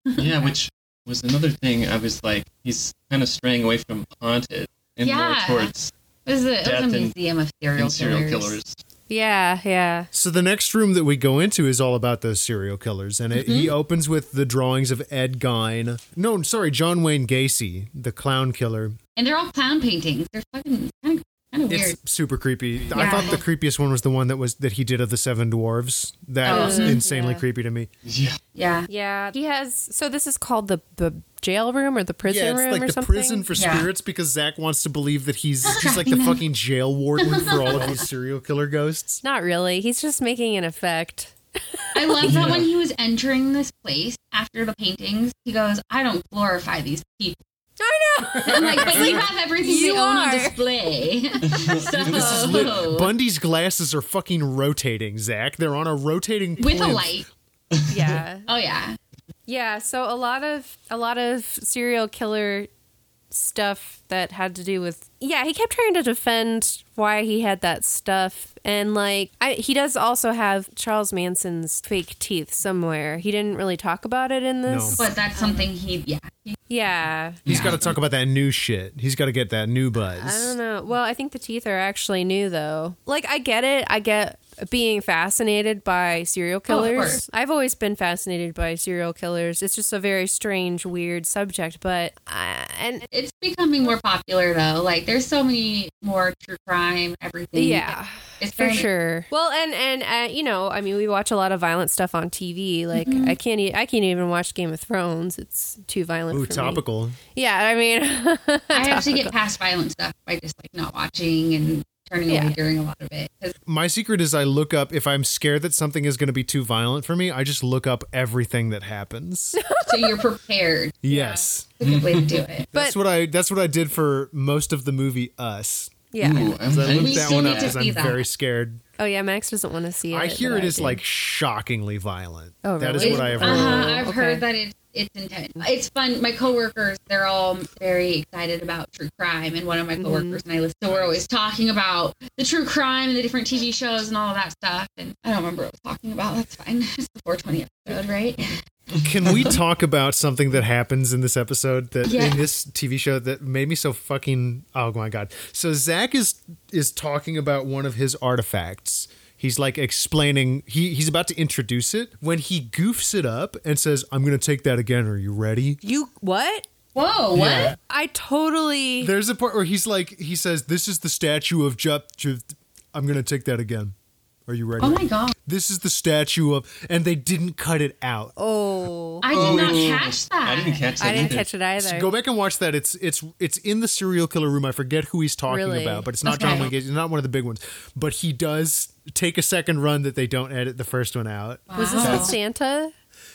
Speaker 3: yeah, which was another thing. I was like, he's kind of straying away from haunted and
Speaker 4: Yeah.
Speaker 3: more towards
Speaker 4: It was a, it
Speaker 3: Death
Speaker 4: was
Speaker 3: and-
Speaker 4: a museum of serial
Speaker 3: and
Speaker 4: killers.
Speaker 3: serial killers.
Speaker 2: yeah, yeah.
Speaker 1: So the next room that we go into is all about those serial killers, and it,
Speaker 4: Mm-hmm.
Speaker 1: he opens with the drawings of Ed Gein. No, sorry, John Wayne Gacy, the clown killer.
Speaker 4: and they're all clown paintings. They're fucking kind of kind of weird.
Speaker 1: It's super creepy. I thought the creepiest one was the one that was that he did of the Seven Dwarves. That
Speaker 4: Oh,
Speaker 1: was
Speaker 4: mhm.
Speaker 1: insanely
Speaker 2: Yeah.
Speaker 1: creepy to me.
Speaker 3: Yeah,
Speaker 4: Yeah.
Speaker 2: Yeah. He has so this is called the the jail room or the prison
Speaker 1: yeah, it's
Speaker 2: room
Speaker 1: like
Speaker 2: or
Speaker 1: the
Speaker 2: something.
Speaker 1: prison for
Speaker 4: Yeah.
Speaker 1: spirits because Zach wants to believe that he's just like the fucking jail warden for all of
Speaker 4: *laughs*
Speaker 1: these serial killer ghosts.
Speaker 2: not really. He's just making an effect.
Speaker 3: *laughs*
Speaker 4: I love that when he was entering this place after the paintings, he goes, "I don't glorify these people."
Speaker 2: I know.
Speaker 4: I'm like, but you have everything
Speaker 2: You
Speaker 4: they own
Speaker 2: are.
Speaker 4: on display. so
Speaker 1: Bundy's glasses are fucking rotating, Zach. They're on a rotating
Speaker 4: with a
Speaker 1: plinth.
Speaker 4: light.
Speaker 2: *laughs* yeah.
Speaker 4: Oh yeah.
Speaker 2: Yeah, so a lot of a lot of serial killer stuff that had to do with yeah he kept trying to defend why he had that stuff and like I, he does also have charles manson's fake teeth somewhere he didn't really talk about it in this
Speaker 4: But that's something he yeah.
Speaker 2: yeah
Speaker 1: He's got to talk about that new shit. He's got to get that new
Speaker 2: i don't
Speaker 1: buzz.
Speaker 2: know well i think the teeth are actually new though like i get it i get being fascinated by serial killers
Speaker 4: course.
Speaker 2: i've always been fascinated by serial killers it's just a very strange weird subject but I, and
Speaker 4: It's becoming more popular though. Like there's so many more true crime, everything.
Speaker 2: yeah
Speaker 4: It's
Speaker 2: for
Speaker 4: very-
Speaker 2: sure. Well, and and uh, you know, I mean, we watch a lot of violent stuff on TV. Like I can't, e- I can't even watch Game of Thrones. It's too violent.
Speaker 1: Ooh,
Speaker 2: for me.
Speaker 1: topical.
Speaker 2: Yeah, I mean, *laughs*
Speaker 4: I actually get past violent stuff by just like not watching and turning
Speaker 2: Yeah.
Speaker 4: away during a lot of it. 'Cause
Speaker 1: My secret is I look up if I'm scared that something is going to be too violent for me. I just look up everything that
Speaker 2: *laughs*
Speaker 1: happens.
Speaker 4: so you're prepared.
Speaker 1: yes,
Speaker 4: It's a good way to do it.
Speaker 1: that's what I. That's what I did for most of the movie Us.
Speaker 2: yeah,
Speaker 3: Ooh, I'm
Speaker 1: I
Speaker 3: thinking-
Speaker 1: looked
Speaker 4: We
Speaker 1: that
Speaker 4: still
Speaker 1: one
Speaker 4: need
Speaker 1: up
Speaker 4: to
Speaker 1: because
Speaker 4: see
Speaker 1: I'm
Speaker 4: that.
Speaker 1: very scared.
Speaker 2: Oh yeah, Max doesn't want to see it.
Speaker 1: I hear
Speaker 2: but
Speaker 1: it is
Speaker 2: do.
Speaker 1: like shockingly violent.
Speaker 2: Oh,
Speaker 1: That is
Speaker 2: really?
Speaker 1: what I have
Speaker 4: Uh
Speaker 1: heard.
Speaker 4: huh.
Speaker 2: Oh,
Speaker 4: I've
Speaker 2: okay.
Speaker 4: heard that it's it's intense. It's fun. My coworkers, they're all very excited about true crime, and one of my
Speaker 2: Mm-hmm.
Speaker 4: coworkers and I listen. So we're always talking about the true crime and the different TV shows and all of that stuff. And I don't remember what I was talking about. That's fine. *laughs* It's the 420 episode, right?
Speaker 1: Can
Speaker 4: *laughs*
Speaker 1: we talk about something that happens in this episode that
Speaker 4: Yeah.
Speaker 1: in this TV show that made me so fucking oh my god. So Zach is is talking about one of his artifacts. He's like explaining he he's about to introduce it when he goofs it up and says, "I'm going to take that again. Are you ready?"
Speaker 2: you what?
Speaker 4: Whoa, what?
Speaker 1: Yeah.
Speaker 2: I totally.
Speaker 1: There's a part where he's like he says, "This is the statue of Jup. Ju- I'm going to take that again. Are you ready?"
Speaker 4: Oh my god!
Speaker 1: This is the statue of and they didn't cut it out.
Speaker 2: oh,
Speaker 4: I did not catch that.
Speaker 3: I didn't catch that.
Speaker 2: I didn't
Speaker 3: either.
Speaker 2: catch it either.
Speaker 1: Go back and watch that. It's it's it's in the serial killer room. I forget who he's talking
Speaker 2: Really?
Speaker 1: about, but it's not John
Speaker 4: Okay.
Speaker 1: Wayne Gacy. It's not one of the big ones. But he does take a second run that they don't edit the first one out.
Speaker 2: Was this
Speaker 4: Wow.
Speaker 2: with Santa?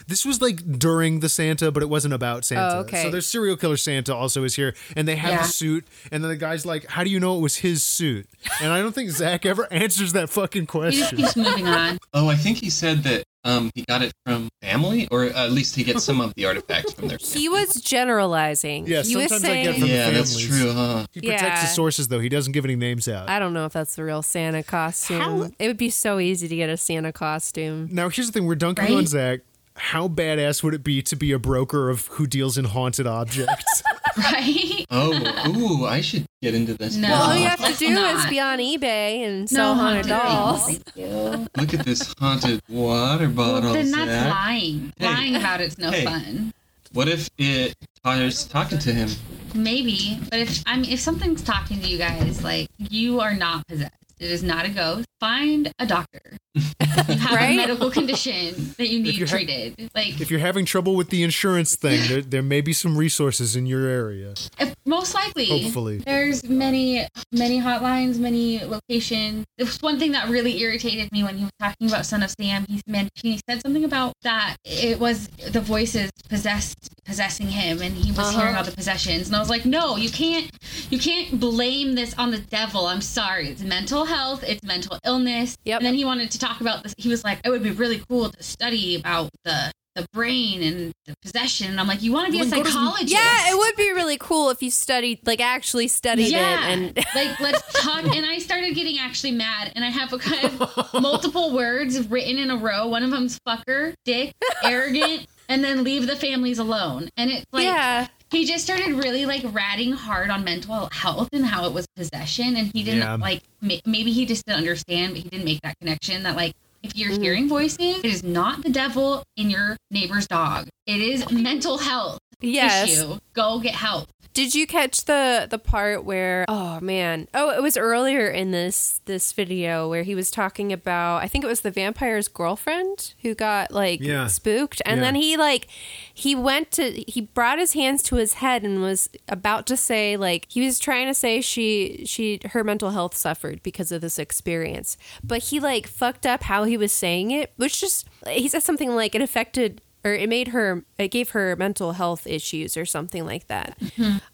Speaker 1: This was like during the Santa, but it wasn't about Santa.
Speaker 2: Oh, okay.
Speaker 1: So there's serial killer Santa also is here, and they have
Speaker 4: Yeah.
Speaker 1: the suit, and then the guy's like, "How do you know it was his suit?" And I don't think Zach ever *laughs* answers that fucking
Speaker 4: He
Speaker 2: *laughs*
Speaker 4: just
Speaker 1: question.
Speaker 4: keeps moving on. *laughs*
Speaker 3: Oh, I think he said that um, he got it from family, or at least he gets some of the artifacts from
Speaker 4: *laughs*
Speaker 3: their family.
Speaker 2: He was generalizing.
Speaker 1: Yeah,
Speaker 2: he was
Speaker 1: sometimes I
Speaker 2: saying,
Speaker 1: get from
Speaker 3: yeah,
Speaker 1: the
Speaker 3: that's
Speaker 1: families.
Speaker 3: true, huh?
Speaker 1: He protects
Speaker 2: Yeah.
Speaker 1: his sources though. He doesn't give any names out.
Speaker 2: I don't know if that's the real Santa costume.
Speaker 1: How-
Speaker 2: It would be so easy to get a Santa costume.
Speaker 1: Now here's the thing: we're dunking
Speaker 4: Right?
Speaker 1: on Zach. How badass would it be to be a broker of who deals in haunted objects?
Speaker 4: Right?
Speaker 3: Oh, ooh, I should get into this.
Speaker 4: No. Oh,
Speaker 3: now.
Speaker 2: All you have to
Speaker 4: let's
Speaker 2: do is
Speaker 4: not.
Speaker 2: be on eBay and sell haunted
Speaker 4: haunted
Speaker 2: dolls.
Speaker 4: things. Thank you.
Speaker 3: Look at this haunted water bottle.
Speaker 4: Then that's
Speaker 3: Zach.
Speaker 4: lying.
Speaker 3: Hey.
Speaker 4: Lying about it's no
Speaker 3: Hey.
Speaker 4: fun.
Speaker 3: What if it Tyler's talking to him?
Speaker 4: Maybe, but if I'm if something's talking to you guys, like you are not possessed. It is not a ghost. Find a doctor. *laughs* You have
Speaker 2: Right?
Speaker 4: a medical condition that you need
Speaker 1: you ha-
Speaker 4: treated. like
Speaker 1: if you're having trouble with the insurance thing, there, there may be some resources in your area.
Speaker 4: if- most likely,
Speaker 1: Hopefully.
Speaker 4: there's many many hotlines, many locations. There was one thing that really irritated me when he was talking about Son of Sam. He meant he said something about that it was the voices possessed possessing him, and he was hearing all the possessions. And I was like, no, you can't you can't blame this on the devil. I'm sorry. It's mental health. It's mental illness.
Speaker 2: Yep.
Speaker 4: And then he wanted to talk about this. He was like, it would be really cool to study about the the brain and the possession. And I'm like, you want to be a
Speaker 1: Well, then go to-
Speaker 4: psychologist?
Speaker 2: Yeah, it would be really cool if you studied, like actually studied
Speaker 4: yeah.
Speaker 2: it. And
Speaker 4: like
Speaker 2: *laughs*
Speaker 4: let's talk and i started getting actually mad and i have a kind of multiple words written in a row one of them's fucker
Speaker 2: *laughs*
Speaker 4: dick arrogant and then leave the families alone and it's
Speaker 2: *laughs*
Speaker 4: like
Speaker 2: yeah,
Speaker 4: he just started really like ratting hard on mental health and how it was possession and he didn't
Speaker 1: Yeah.
Speaker 4: like ma- maybe he just didn't understand but he didn't make that connection that like if you're
Speaker 2: Mm-hmm.
Speaker 4: hearing voices it is not the devil in your neighbor's dog it is mental health
Speaker 2: yes.
Speaker 4: issue go get help
Speaker 2: Did you catch the the part where oh man oh it was earlier in this this video where he was talking about I think it was the vampire's girlfriend who got like
Speaker 1: Yeah.
Speaker 2: spooked and
Speaker 1: Yeah.
Speaker 2: then he like he went to he brought his hands to his head and was about to say like he was trying to say she she her mental health suffered because of this experience but he like fucked up how he was saying it which just he said something like it affected or it made her it gave her mental health issues or something like that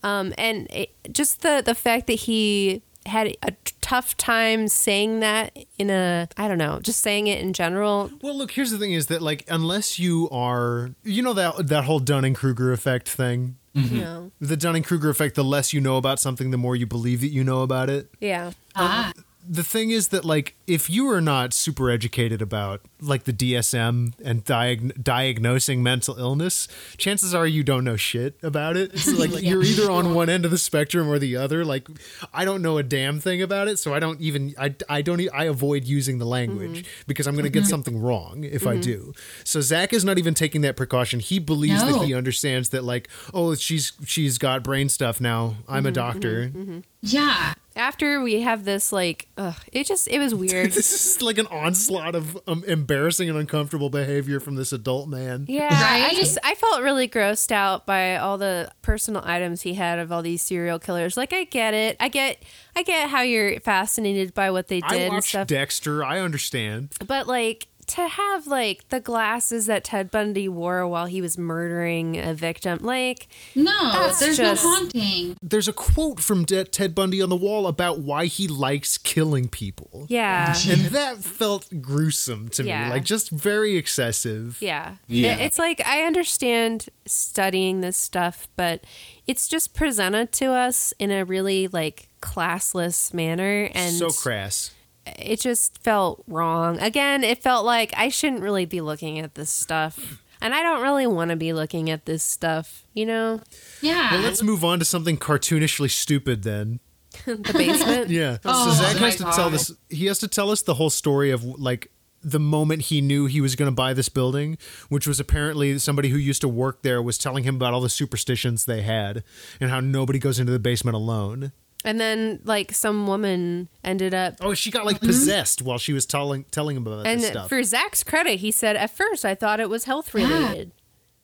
Speaker 2: um, and it, just the the fact that he had a t- tough time saying that in a I don't know, just saying it in general.
Speaker 1: Well, look, here's the thing: is that like unless you are, you know that that whole Dunning Kruger effect thing.
Speaker 2: You know,
Speaker 1: The Dunning Kruger effect: the less you know about something, the more you believe that you know about it.
Speaker 2: yeah,
Speaker 4: ah
Speaker 1: the thing is that like if you are not super educated about like the DSM and diag- diagnosing mental illness, chances are you don't know shit about it. It's like you're either on one end of the spectrum or the other. Like I don't know a damn thing about it, so I don't even I I don't e- I avoid using the language because I'm going to get something wrong if I do. So Zach is not even taking that precaution. He believes
Speaker 4: No.
Speaker 1: that he understands that like oh she's she's got brain stuff now. I'm a doctor.
Speaker 4: yeah
Speaker 2: after we have this like, ugh, it just it was weird.
Speaker 1: *laughs* this is like an onslaught of um, embarrassing and uncomfortable behavior from this adult man.
Speaker 2: Yeah, I
Speaker 4: Right?
Speaker 2: just I felt really grossed out by all the personal items he had of all these serial killers. Like I get it, I get I get how you're fascinated by what they
Speaker 1: I
Speaker 2: did and
Speaker 1: watched
Speaker 2: stuff,
Speaker 1: Dexter. I understand.
Speaker 2: but like to have like the glasses that Ted Bundy wore while he was murdering a victim, like
Speaker 4: No,
Speaker 2: That's
Speaker 4: there's
Speaker 2: just-
Speaker 4: no haunting.
Speaker 1: There's a quote from De- Ted Bundy on the wall about why he likes killing people.
Speaker 2: yeah,
Speaker 1: And that felt gruesome to
Speaker 2: Yeah.
Speaker 1: me, like just very excessive.
Speaker 2: yeah,
Speaker 3: Yeah.
Speaker 2: It- It's like I understand studying this stuff, but it's just presented to us in a really like classless manner, and
Speaker 1: so crass.
Speaker 2: it just felt wrong. Again, it felt like I shouldn't really be looking at this stuff. And I don't really want to be looking at this stuff, you know,
Speaker 4: Yeah.
Speaker 1: Well, let's move on to something cartoonishly stupid then. *laughs*
Speaker 2: the basement.
Speaker 1: Yeah.
Speaker 4: Oh
Speaker 1: so Zach
Speaker 4: my
Speaker 1: has to tell
Speaker 4: God.
Speaker 1: this. He has to tell us the whole story of like the moment he knew he was going to buy this building, which was apparently somebody who used to work there was telling him about all the superstitions they had and how nobody goes into the basement alone.
Speaker 2: And then, like, some woman ended up.
Speaker 1: Oh, she got like possessed while she was telling telling him about
Speaker 2: And
Speaker 1: this stuff.
Speaker 2: for Zach's credit, he said, at first, I thought it
Speaker 1: *gasps*
Speaker 2: was health related.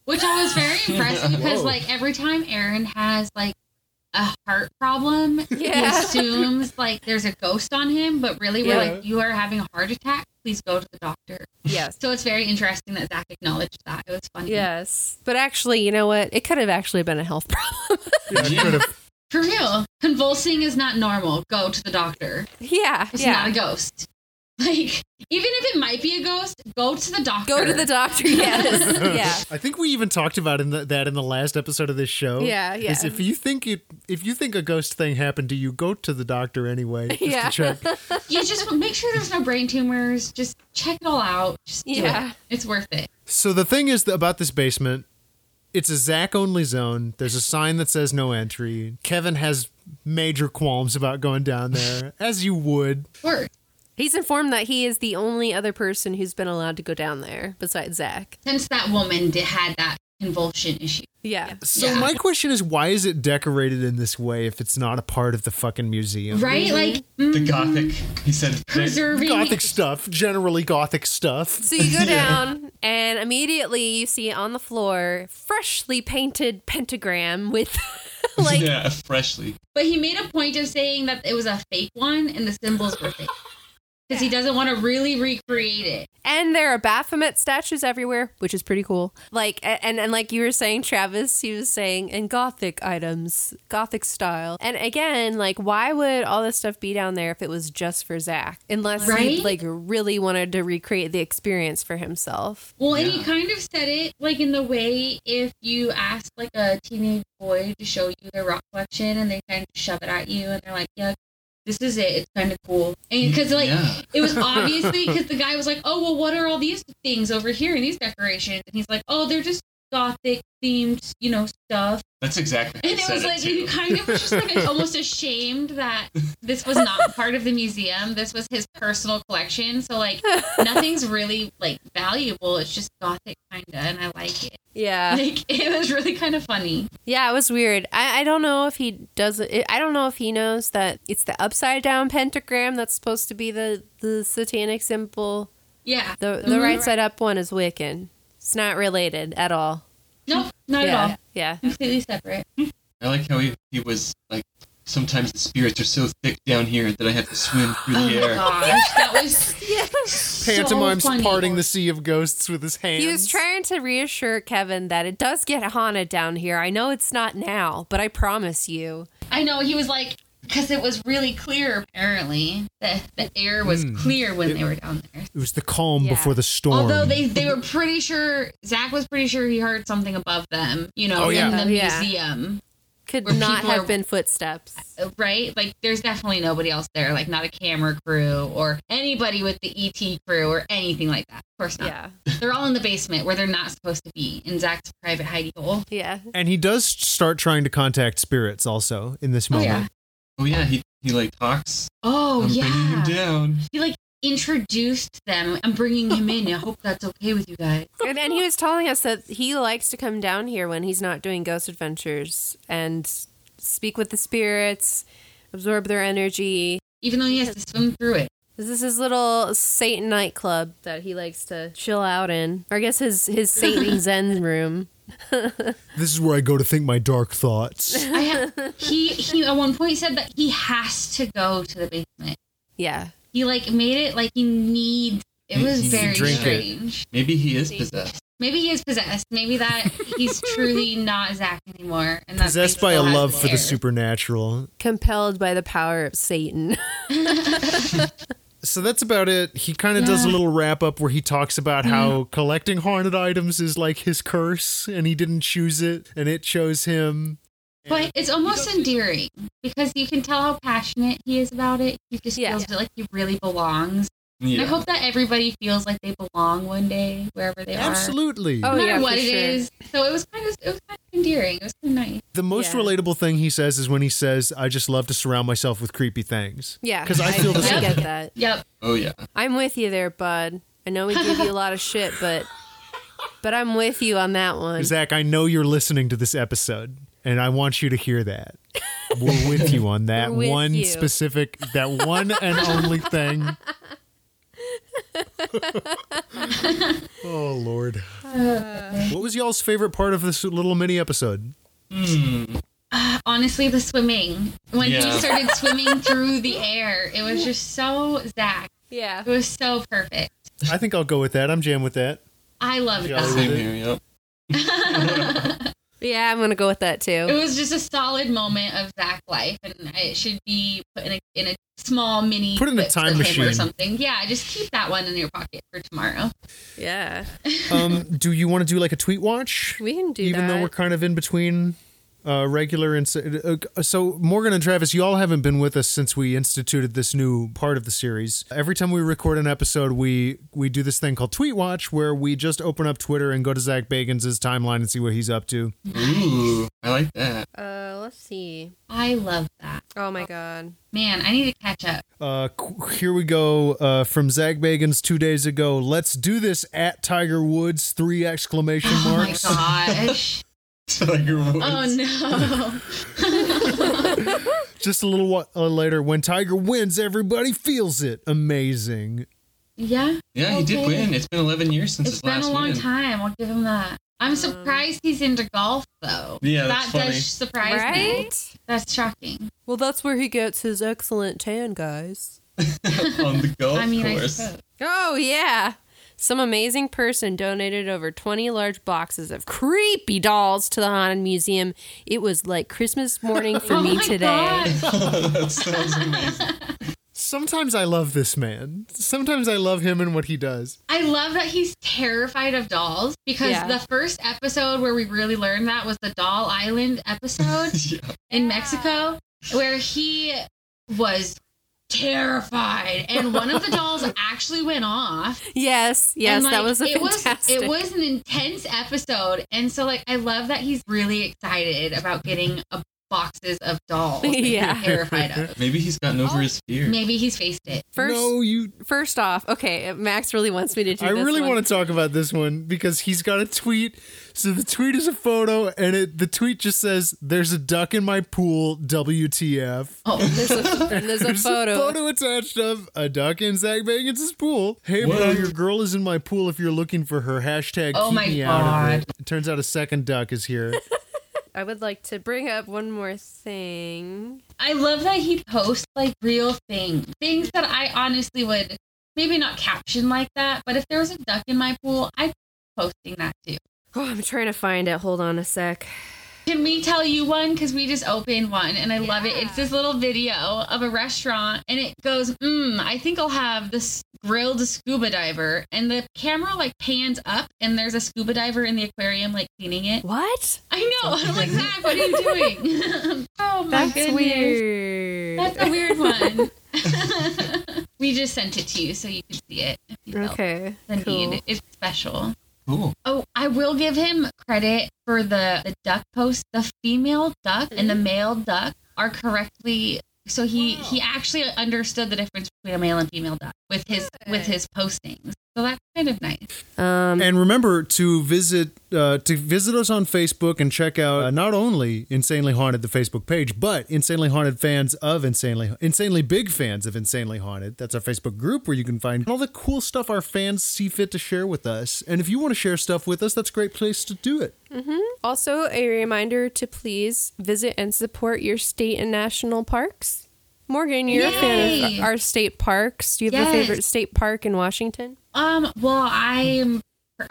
Speaker 4: Which I was
Speaker 2: *laughs*
Speaker 4: very impressed because, like, every time Aaron has, like, a heart problem, he
Speaker 2: Yeah.
Speaker 4: assumes, like, there's a ghost on him, but really, we're
Speaker 1: Yeah.
Speaker 4: like, you are having a heart attack. Please go to the doctor.
Speaker 2: Yes.
Speaker 4: So it's very interesting that Zach acknowledged that. It was funny.
Speaker 2: Yes. But actually, you know what? It could have actually been a health *laughs* problem.
Speaker 1: Yeah, it could have-
Speaker 4: For real. Convulsing is not normal. Go to the doctor.
Speaker 2: yeah.
Speaker 4: It's
Speaker 2: yeah.
Speaker 4: not a ghost. *laughs* Like, even if it might be a ghost, go to the doctor.
Speaker 2: Go to the doctor. *laughs* Yes.
Speaker 1: I think we even talked about in the, that in the last episode of this show.
Speaker 2: Yeah, yeah.
Speaker 1: Is if you think it, if you think a ghost thing happened to you, go to the doctor anyway. Just to
Speaker 2: Yeah.
Speaker 1: check.
Speaker 4: You just make sure there's no brain tumors. Just check it all out. Just do
Speaker 2: Yeah.
Speaker 4: it. It's worth it.
Speaker 1: So the thing is that about this basement, it's a Zach only zone. There's a sign that says no entry. Kevin has major qualms about going down
Speaker 4: *laughs*
Speaker 1: there, as you would.
Speaker 4: Work.
Speaker 2: He's informed that he is the only other person who's been allowed to go down there besides Zach.
Speaker 4: Since that woman did, had that convulsion issue.
Speaker 2: Yeah.
Speaker 1: So
Speaker 4: Yeah.
Speaker 1: my question is, why is it decorated in this way if it's not a part of the fucking museum?
Speaker 4: Right? Like,
Speaker 3: The
Speaker 4: mm,
Speaker 3: gothic. He
Speaker 4: *laughs*
Speaker 3: said
Speaker 4: preserving.
Speaker 1: Gothic stuff, generally gothic stuff.
Speaker 2: So
Speaker 4: *laughs*
Speaker 2: you go down, and immediately you see on the floor freshly painted pentagram with *laughs* like
Speaker 3: *laughs* yeah, freshly.
Speaker 4: But he made a point of saying that it was a fake one and the symbols were fake. Because he doesn't want to really recreate it.
Speaker 2: and there are Baphomet statues everywhere, which is pretty cool. Like a- and and like you were saying, Travis, he was saying and Gothic items, Gothic style. And again, like why would all this stuff be down there if it was just for Zach? Unless he
Speaker 4: Right?
Speaker 2: like really wanted to recreate the experience for himself.
Speaker 4: Well, and he kind of said it like in the way if you ask like a teenage boy to show you their rock collection and they kind of shove it at you and they're like, yeah, this is it. It's kind of cool. And because like
Speaker 3: Yeah.
Speaker 4: it was obviously because the guy was like, oh, well, what are all these things over here and these decorations? And he's like, oh, they're just gothic themed, you know, stuff.
Speaker 3: That's exactly. how
Speaker 4: And
Speaker 3: he
Speaker 4: it
Speaker 3: said
Speaker 4: was like,
Speaker 3: too.
Speaker 4: he kind of was just like almost ashamed that this was not part of the museum. This was his personal collection. So, like, nothing's really like valuable. It's just gothic, kind of. And I like it.
Speaker 2: Yeah.
Speaker 4: *laughs* Like, it was really kind of funny.
Speaker 2: Yeah, it was weird. I, I don't know if he doesn't. I don't know if he knows that it's the upside down pentagram that's supposed to be the the satanic symbol.
Speaker 4: Yeah. Mm-hmm.
Speaker 2: The the right side up one is Wiccan. It's not related at all.
Speaker 4: Nope, not
Speaker 2: yeah,
Speaker 4: at all.
Speaker 2: yeah.
Speaker 4: Completely separate.
Speaker 3: I like how he, he was like. Sometimes the spirits are so thick down here that I have to swim through
Speaker 4: Oh
Speaker 3: the
Speaker 4: my
Speaker 3: air.
Speaker 4: gosh. That was
Speaker 2: *laughs*
Speaker 4: so
Speaker 1: Pantomime's
Speaker 4: funny.
Speaker 1: parting the sea of ghosts with his hands.
Speaker 2: He was trying to reassure Kevin that it does get haunted down here. I know it's not now, but I promise you.
Speaker 4: I know. He was like, because it was really clear, apparently. The, the air was clear when they were down there.
Speaker 1: It was the calm
Speaker 2: Yeah.
Speaker 1: before the storm.
Speaker 4: Although they, they were pretty sure Zach was pretty sure he heard something above them, you know,
Speaker 1: Oh, yeah.
Speaker 4: in the
Speaker 2: Oh, yeah.
Speaker 4: museum,
Speaker 2: Could
Speaker 4: Where
Speaker 2: not
Speaker 4: people
Speaker 2: have
Speaker 4: are-
Speaker 2: been footsteps.
Speaker 4: right? Like, there's definitely nobody else there, like not a camera crew or anybody with the ET crew or anything like that. Of course not.
Speaker 2: Yeah,
Speaker 4: They're all in the basement where they're not supposed to be in Zach's private hidey hole.
Speaker 2: yeah.
Speaker 1: and he does start trying to contact spirits also in this
Speaker 4: Oh,
Speaker 1: moment.
Speaker 4: yeah.
Speaker 3: Oh yeah, he he like talks.
Speaker 4: Oh
Speaker 3: I'm bringing him
Speaker 4: yeah,
Speaker 3: down.
Speaker 4: he like introduced them. I'm bringing him in. I hope that's okay with you guys.
Speaker 2: And, and he was telling us that he likes to come down here when he's not doing ghost adventures and speak with the spirits, absorb their energy.
Speaker 4: Even though he has to swim through it.
Speaker 2: This is his little Satan nightclub that he likes to chill out in, or I guess his
Speaker 4: *laughs*
Speaker 2: his Satan Zen room.
Speaker 1: This is where I go to think my dark
Speaker 4: *laughs*
Speaker 1: thoughts.
Speaker 4: I ha- he he at one point said that he has to go to the basement.
Speaker 2: Yeah,
Speaker 4: He like made it like he needs It was
Speaker 3: Mhm.
Speaker 4: very
Speaker 1: Drink it.
Speaker 4: strange.
Speaker 3: Maybe he is possessed.
Speaker 4: Maybe he is possessed. Maybe that
Speaker 2: *laughs*
Speaker 4: he's truly not Zach anymore. And that
Speaker 1: Possessed
Speaker 4: Zach
Speaker 1: by a
Speaker 4: still has
Speaker 1: love for the
Speaker 4: hair.
Speaker 1: supernatural.
Speaker 2: Compelled by the power of Satan. *laughs*
Speaker 1: So that's about it. He kind of does a
Speaker 4: Yeah.
Speaker 1: little wrap up where he talks about how collecting haunted items is like his curse and he didn't choose it and it chose him.
Speaker 4: But it's almost endearing because you can tell how passionate he is about it. He just
Speaker 2: Yeah.
Speaker 4: feels like he really belongs.
Speaker 3: Yeah.
Speaker 4: And I hope that everybody feels like they belong one day wherever they are.
Speaker 1: Absolutely.
Speaker 2: Oh,
Speaker 4: No matter
Speaker 2: yeah,
Speaker 4: what
Speaker 2: for
Speaker 4: it
Speaker 2: sure.
Speaker 4: is. So it was kind of it was kind of endearing. It was kind of nice.
Speaker 1: The most
Speaker 2: Yeah.
Speaker 1: relatable thing he says is when he says, I just love to surround myself with creepy things.
Speaker 2: Yeah,
Speaker 1: 'Cause I feel the
Speaker 2: I
Speaker 1: same.
Speaker 2: get that.
Speaker 4: Yep.
Speaker 3: oh yeah.
Speaker 2: I'm with you there, bud. I know we give you a lot of shit, but but I'm with you on that one.
Speaker 1: Zach, I know you're listening to this episode, and I want you to hear that. We're with you
Speaker 2: *laughs*
Speaker 1: on that
Speaker 2: We're with
Speaker 1: one
Speaker 2: you.
Speaker 1: specific, that one and only
Speaker 2: *laughs*
Speaker 1: thing. oh Lord!
Speaker 2: Uh,
Speaker 1: What was y'all's favorite part of this little mini episode?
Speaker 3: Hmm.
Speaker 4: *sighs* Honestly, the swimming when
Speaker 3: Yeah.
Speaker 1: *laughs*
Speaker 4: he started swimming through the air, it was just so Zach.
Speaker 2: yeah.
Speaker 4: It was so perfect.
Speaker 1: I think I'll go with that. I'm jam with that.
Speaker 4: I loved
Speaker 1: Yeah.
Speaker 4: that.
Speaker 3: Same here. Yep.
Speaker 2: Yeah, I'm gonna go with that
Speaker 4: *laughs* It
Speaker 2: too.
Speaker 4: was just a solid moment of Zach life, and it should be put in a, in a small mini
Speaker 1: Put in a
Speaker 4: clip
Speaker 1: time
Speaker 4: for him
Speaker 1: machine.
Speaker 4: or something. Yeah, just keep that one in your pocket for tomorrow.
Speaker 2: Yeah.
Speaker 1: Um, do you want to do like a tweet watch?
Speaker 2: We can do
Speaker 1: Even
Speaker 2: that.
Speaker 1: though we're kind of in between uh, regular and s- uh, so Morgan and Travis, you all haven't been with us since we instituted this new part of the series. Every time we record an episode, we we do this thing called Tweet Watch, where we just open up Twitter and go to Zach Bagans' timeline and see what he's up to.
Speaker 3: Ooh, I like that.
Speaker 2: uh, let's see.
Speaker 4: I love that.
Speaker 2: Oh my god.
Speaker 4: Man, I need to catch up.
Speaker 1: Uh, qu- here we go uh, from Zach Bagans two days ago. Let's do this at Tiger Woods! Three exclamation
Speaker 4: Oh my
Speaker 1: marks. *laughs*
Speaker 4: gosh.
Speaker 3: *laughs* Tiger Woods.
Speaker 4: oh no.
Speaker 1: Just a little while later, when Tiger wins, everybody feels it. Amazing.
Speaker 4: Yeah,
Speaker 3: Yeah, he did
Speaker 4: Okay.
Speaker 3: win. It's been 11 years since
Speaker 4: it's
Speaker 3: his
Speaker 4: been
Speaker 3: last
Speaker 4: a long
Speaker 3: win.
Speaker 4: time. I'll give him that. I'm
Speaker 2: Mm.
Speaker 4: surprised he's into golf though.
Speaker 3: Yeah,
Speaker 4: that
Speaker 3: that's funny.
Speaker 4: does surprise me. That's shocking.
Speaker 2: Well, that's where he gets his excellent tan, guys.
Speaker 3: on the golf
Speaker 4: *laughs* I mean, I
Speaker 3: course.
Speaker 4: suppose.
Speaker 2: Oh yeah. Some amazing person donated over 20 large boxes of creepy dolls to the Haunted Museum. It was like Christmas morning for
Speaker 4: *laughs* oh
Speaker 2: me
Speaker 4: my
Speaker 2: today.
Speaker 3: *laughs*
Speaker 4: gosh.
Speaker 3: that sounds amazing.
Speaker 1: Sometimes I love this man. Sometimes I love him and what he does.
Speaker 4: I love that he's terrified of dolls because
Speaker 2: Yeah.
Speaker 4: the first episode where we really learned that was the Doll Island episode
Speaker 3: *laughs* yeah.
Speaker 4: in Mexico, where he was terrified and one of the dolls actually went off.
Speaker 2: Yes, yes,
Speaker 4: and, like,
Speaker 2: that was a
Speaker 4: it
Speaker 2: fantastic.
Speaker 4: was it was an intense episode. And so like I love that he's really excited about getting a boxes of dolls. that
Speaker 2: *laughs*
Speaker 4: he's
Speaker 2: Yeah.
Speaker 4: Terrified of.
Speaker 3: Maybe he's gotten
Speaker 4: Oh,
Speaker 3: over his fear.
Speaker 4: Maybe he's faced it.
Speaker 2: first.
Speaker 1: no, you.
Speaker 2: First off, okay, Max really wants me to do.
Speaker 1: I
Speaker 2: this
Speaker 1: really
Speaker 2: one.
Speaker 1: want to talk about this one because he's got a tweet. So the tweet is a photo, and it the tweet just says, "There's a duck in my pool." WTF?
Speaker 4: Oh, there's a
Speaker 1: *laughs*
Speaker 2: *laughs* And there's a
Speaker 1: There's
Speaker 2: photo.
Speaker 1: a photo attached of a duck in Zach Bagans' pool. Hey, bro,
Speaker 3: What?
Speaker 1: your girl is in my pool. If you're looking for her, hashtag
Speaker 4: Oh
Speaker 1: keep
Speaker 4: my
Speaker 1: me out of
Speaker 4: God.
Speaker 1: it. It turns out a second duck is here.
Speaker 2: I would like to bring up one more thing.
Speaker 4: I love that he posts like real things, things that I honestly would maybe not caption like that, but if there was a duck in my pool, I'd be posting that too.
Speaker 2: Oh, I'm trying to find it. Hold on a sec.
Speaker 4: Can we tell you one? Because we just opened one and I love it. It's this little video of a restaurant and it goes, mm, I think I'll have this grilled scuba diver. And the camera like pans up and there's a scuba diver in the aquarium like cleaning it.
Speaker 2: What?
Speaker 4: I know. *laughs* I'm like, Zach, what are you doing? *laughs* oh my
Speaker 2: That's
Speaker 4: goodness.
Speaker 2: weird.
Speaker 4: That's a weird one. *laughs* we just sent it to you so you could see it. If you felt
Speaker 2: okay.
Speaker 4: The
Speaker 2: cool.
Speaker 4: need. It's special.
Speaker 3: Cool.
Speaker 4: Oh, I will give him credit for the, the duck post. The female duck and the male duck are correctly. So he he actually understood the difference between a male and female duck with his with his postings. So that's kind of nice.
Speaker 2: Um.
Speaker 1: And remember to visit uh, to visit us on Facebook and check out uh, not only Insanely Haunted the Facebook page, but Insanely Haunted fans of Insanely Insanely Big fans of Insanely Haunted. That's our Facebook group where you can find all the cool stuff our fans see fit to share with us. And if you want to share stuff with us, that's a great place to do it.
Speaker 2: Also, a reminder to please visit and support your state and national parks. Morgan, you're a fan
Speaker 4: Yay!
Speaker 2: of our state parks. Do you have a
Speaker 4: Yes.
Speaker 2: favorite state park in Washington?
Speaker 4: Um, well, I'm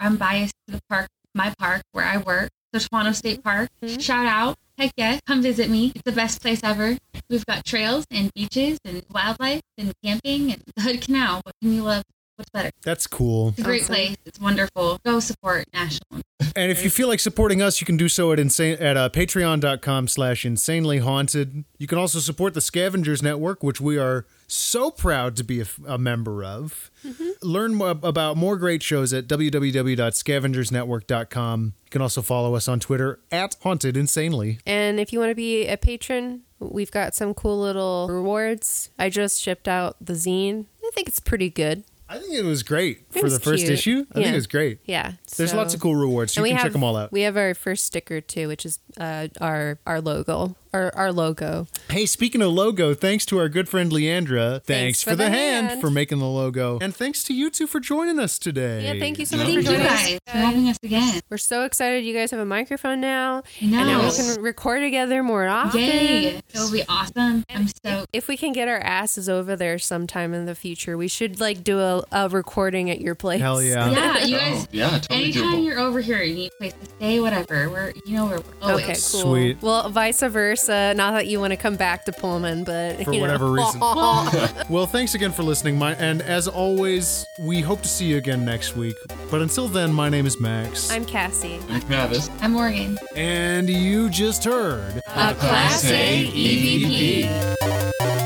Speaker 4: I'm biased to the park, my park where I work, the Toronto State Park.
Speaker 2: Mhm.
Speaker 4: Shout out, heck yeah, come visit me. It's the best place ever. We've got trails and beaches and wildlife and camping and the Hood Canal. What can you love? What's better?
Speaker 1: That's cool.
Speaker 4: It's a great
Speaker 2: Awesome.
Speaker 4: place. It's wonderful. Go support National.
Speaker 1: And if you feel like supporting us, you can do so at insane at uh, patreon.com slash insanely haunted. You can also support the Scavengers Network, which we are so proud to be a, f- a member of.
Speaker 2: Mm-hmm.
Speaker 1: Learn mo- about more great shows at www.scavengersnetwork.com. You can also follow us on Twitter at haunted insanely.
Speaker 2: And if you want to be a patron, we've got some cool little rewards. I just shipped out the zine. I think it's pretty good.
Speaker 1: I think it was great
Speaker 2: It
Speaker 1: for
Speaker 2: was
Speaker 1: the first
Speaker 2: cute.
Speaker 1: issue. I think
Speaker 2: Yeah.
Speaker 1: it was great.
Speaker 2: Yeah.
Speaker 1: There's
Speaker 2: so-
Speaker 1: lots of cool rewards. So
Speaker 2: and
Speaker 1: you
Speaker 2: we
Speaker 1: can
Speaker 2: have,
Speaker 1: check them all out.
Speaker 2: We have our first sticker too, which is uh, our our logo, our our logo.
Speaker 1: Hey, speaking of logo, thanks to our good friend Leandra. Thanks, for, the, hand,
Speaker 2: hand.
Speaker 1: for making the logo. And thanks to you two for joining us today.
Speaker 2: Yeah, thank you so much
Speaker 3: Thank
Speaker 2: for
Speaker 4: Thank you
Speaker 2: joining
Speaker 4: guys for
Speaker 2: us.
Speaker 4: having us again.
Speaker 2: We're so excited you guys have a microphone now, and now we
Speaker 4: No.
Speaker 2: can record together more often.
Speaker 4: Yay. It'll be awesome. I'm so
Speaker 2: If we can get our asses over there sometime in the future, we should like do a, a recording at your place.
Speaker 1: Hell yeah.
Speaker 4: Yeah, you guys
Speaker 3: Oh, yeah, totally
Speaker 4: Anytime
Speaker 3: doable.
Speaker 4: you're over here, you need a place to stay, whatever. We're, you know, we're, we're always.
Speaker 2: Okay, cool.
Speaker 1: Sweet.
Speaker 2: Well, vice versa. Not that you want to come back to Pullman, but
Speaker 1: For
Speaker 2: you know.
Speaker 1: whatever reason. Well, thanks again for listening. My, and as always, we hope to see you again next week. But until then, my name is Max. *laughs*
Speaker 2: *laughs* I'm Cassie.
Speaker 3: I'm Travis.
Speaker 4: I'm Morgan.
Speaker 1: and you just heard.
Speaker 2: A
Speaker 3: Class
Speaker 4: E
Speaker 3: A E EVP.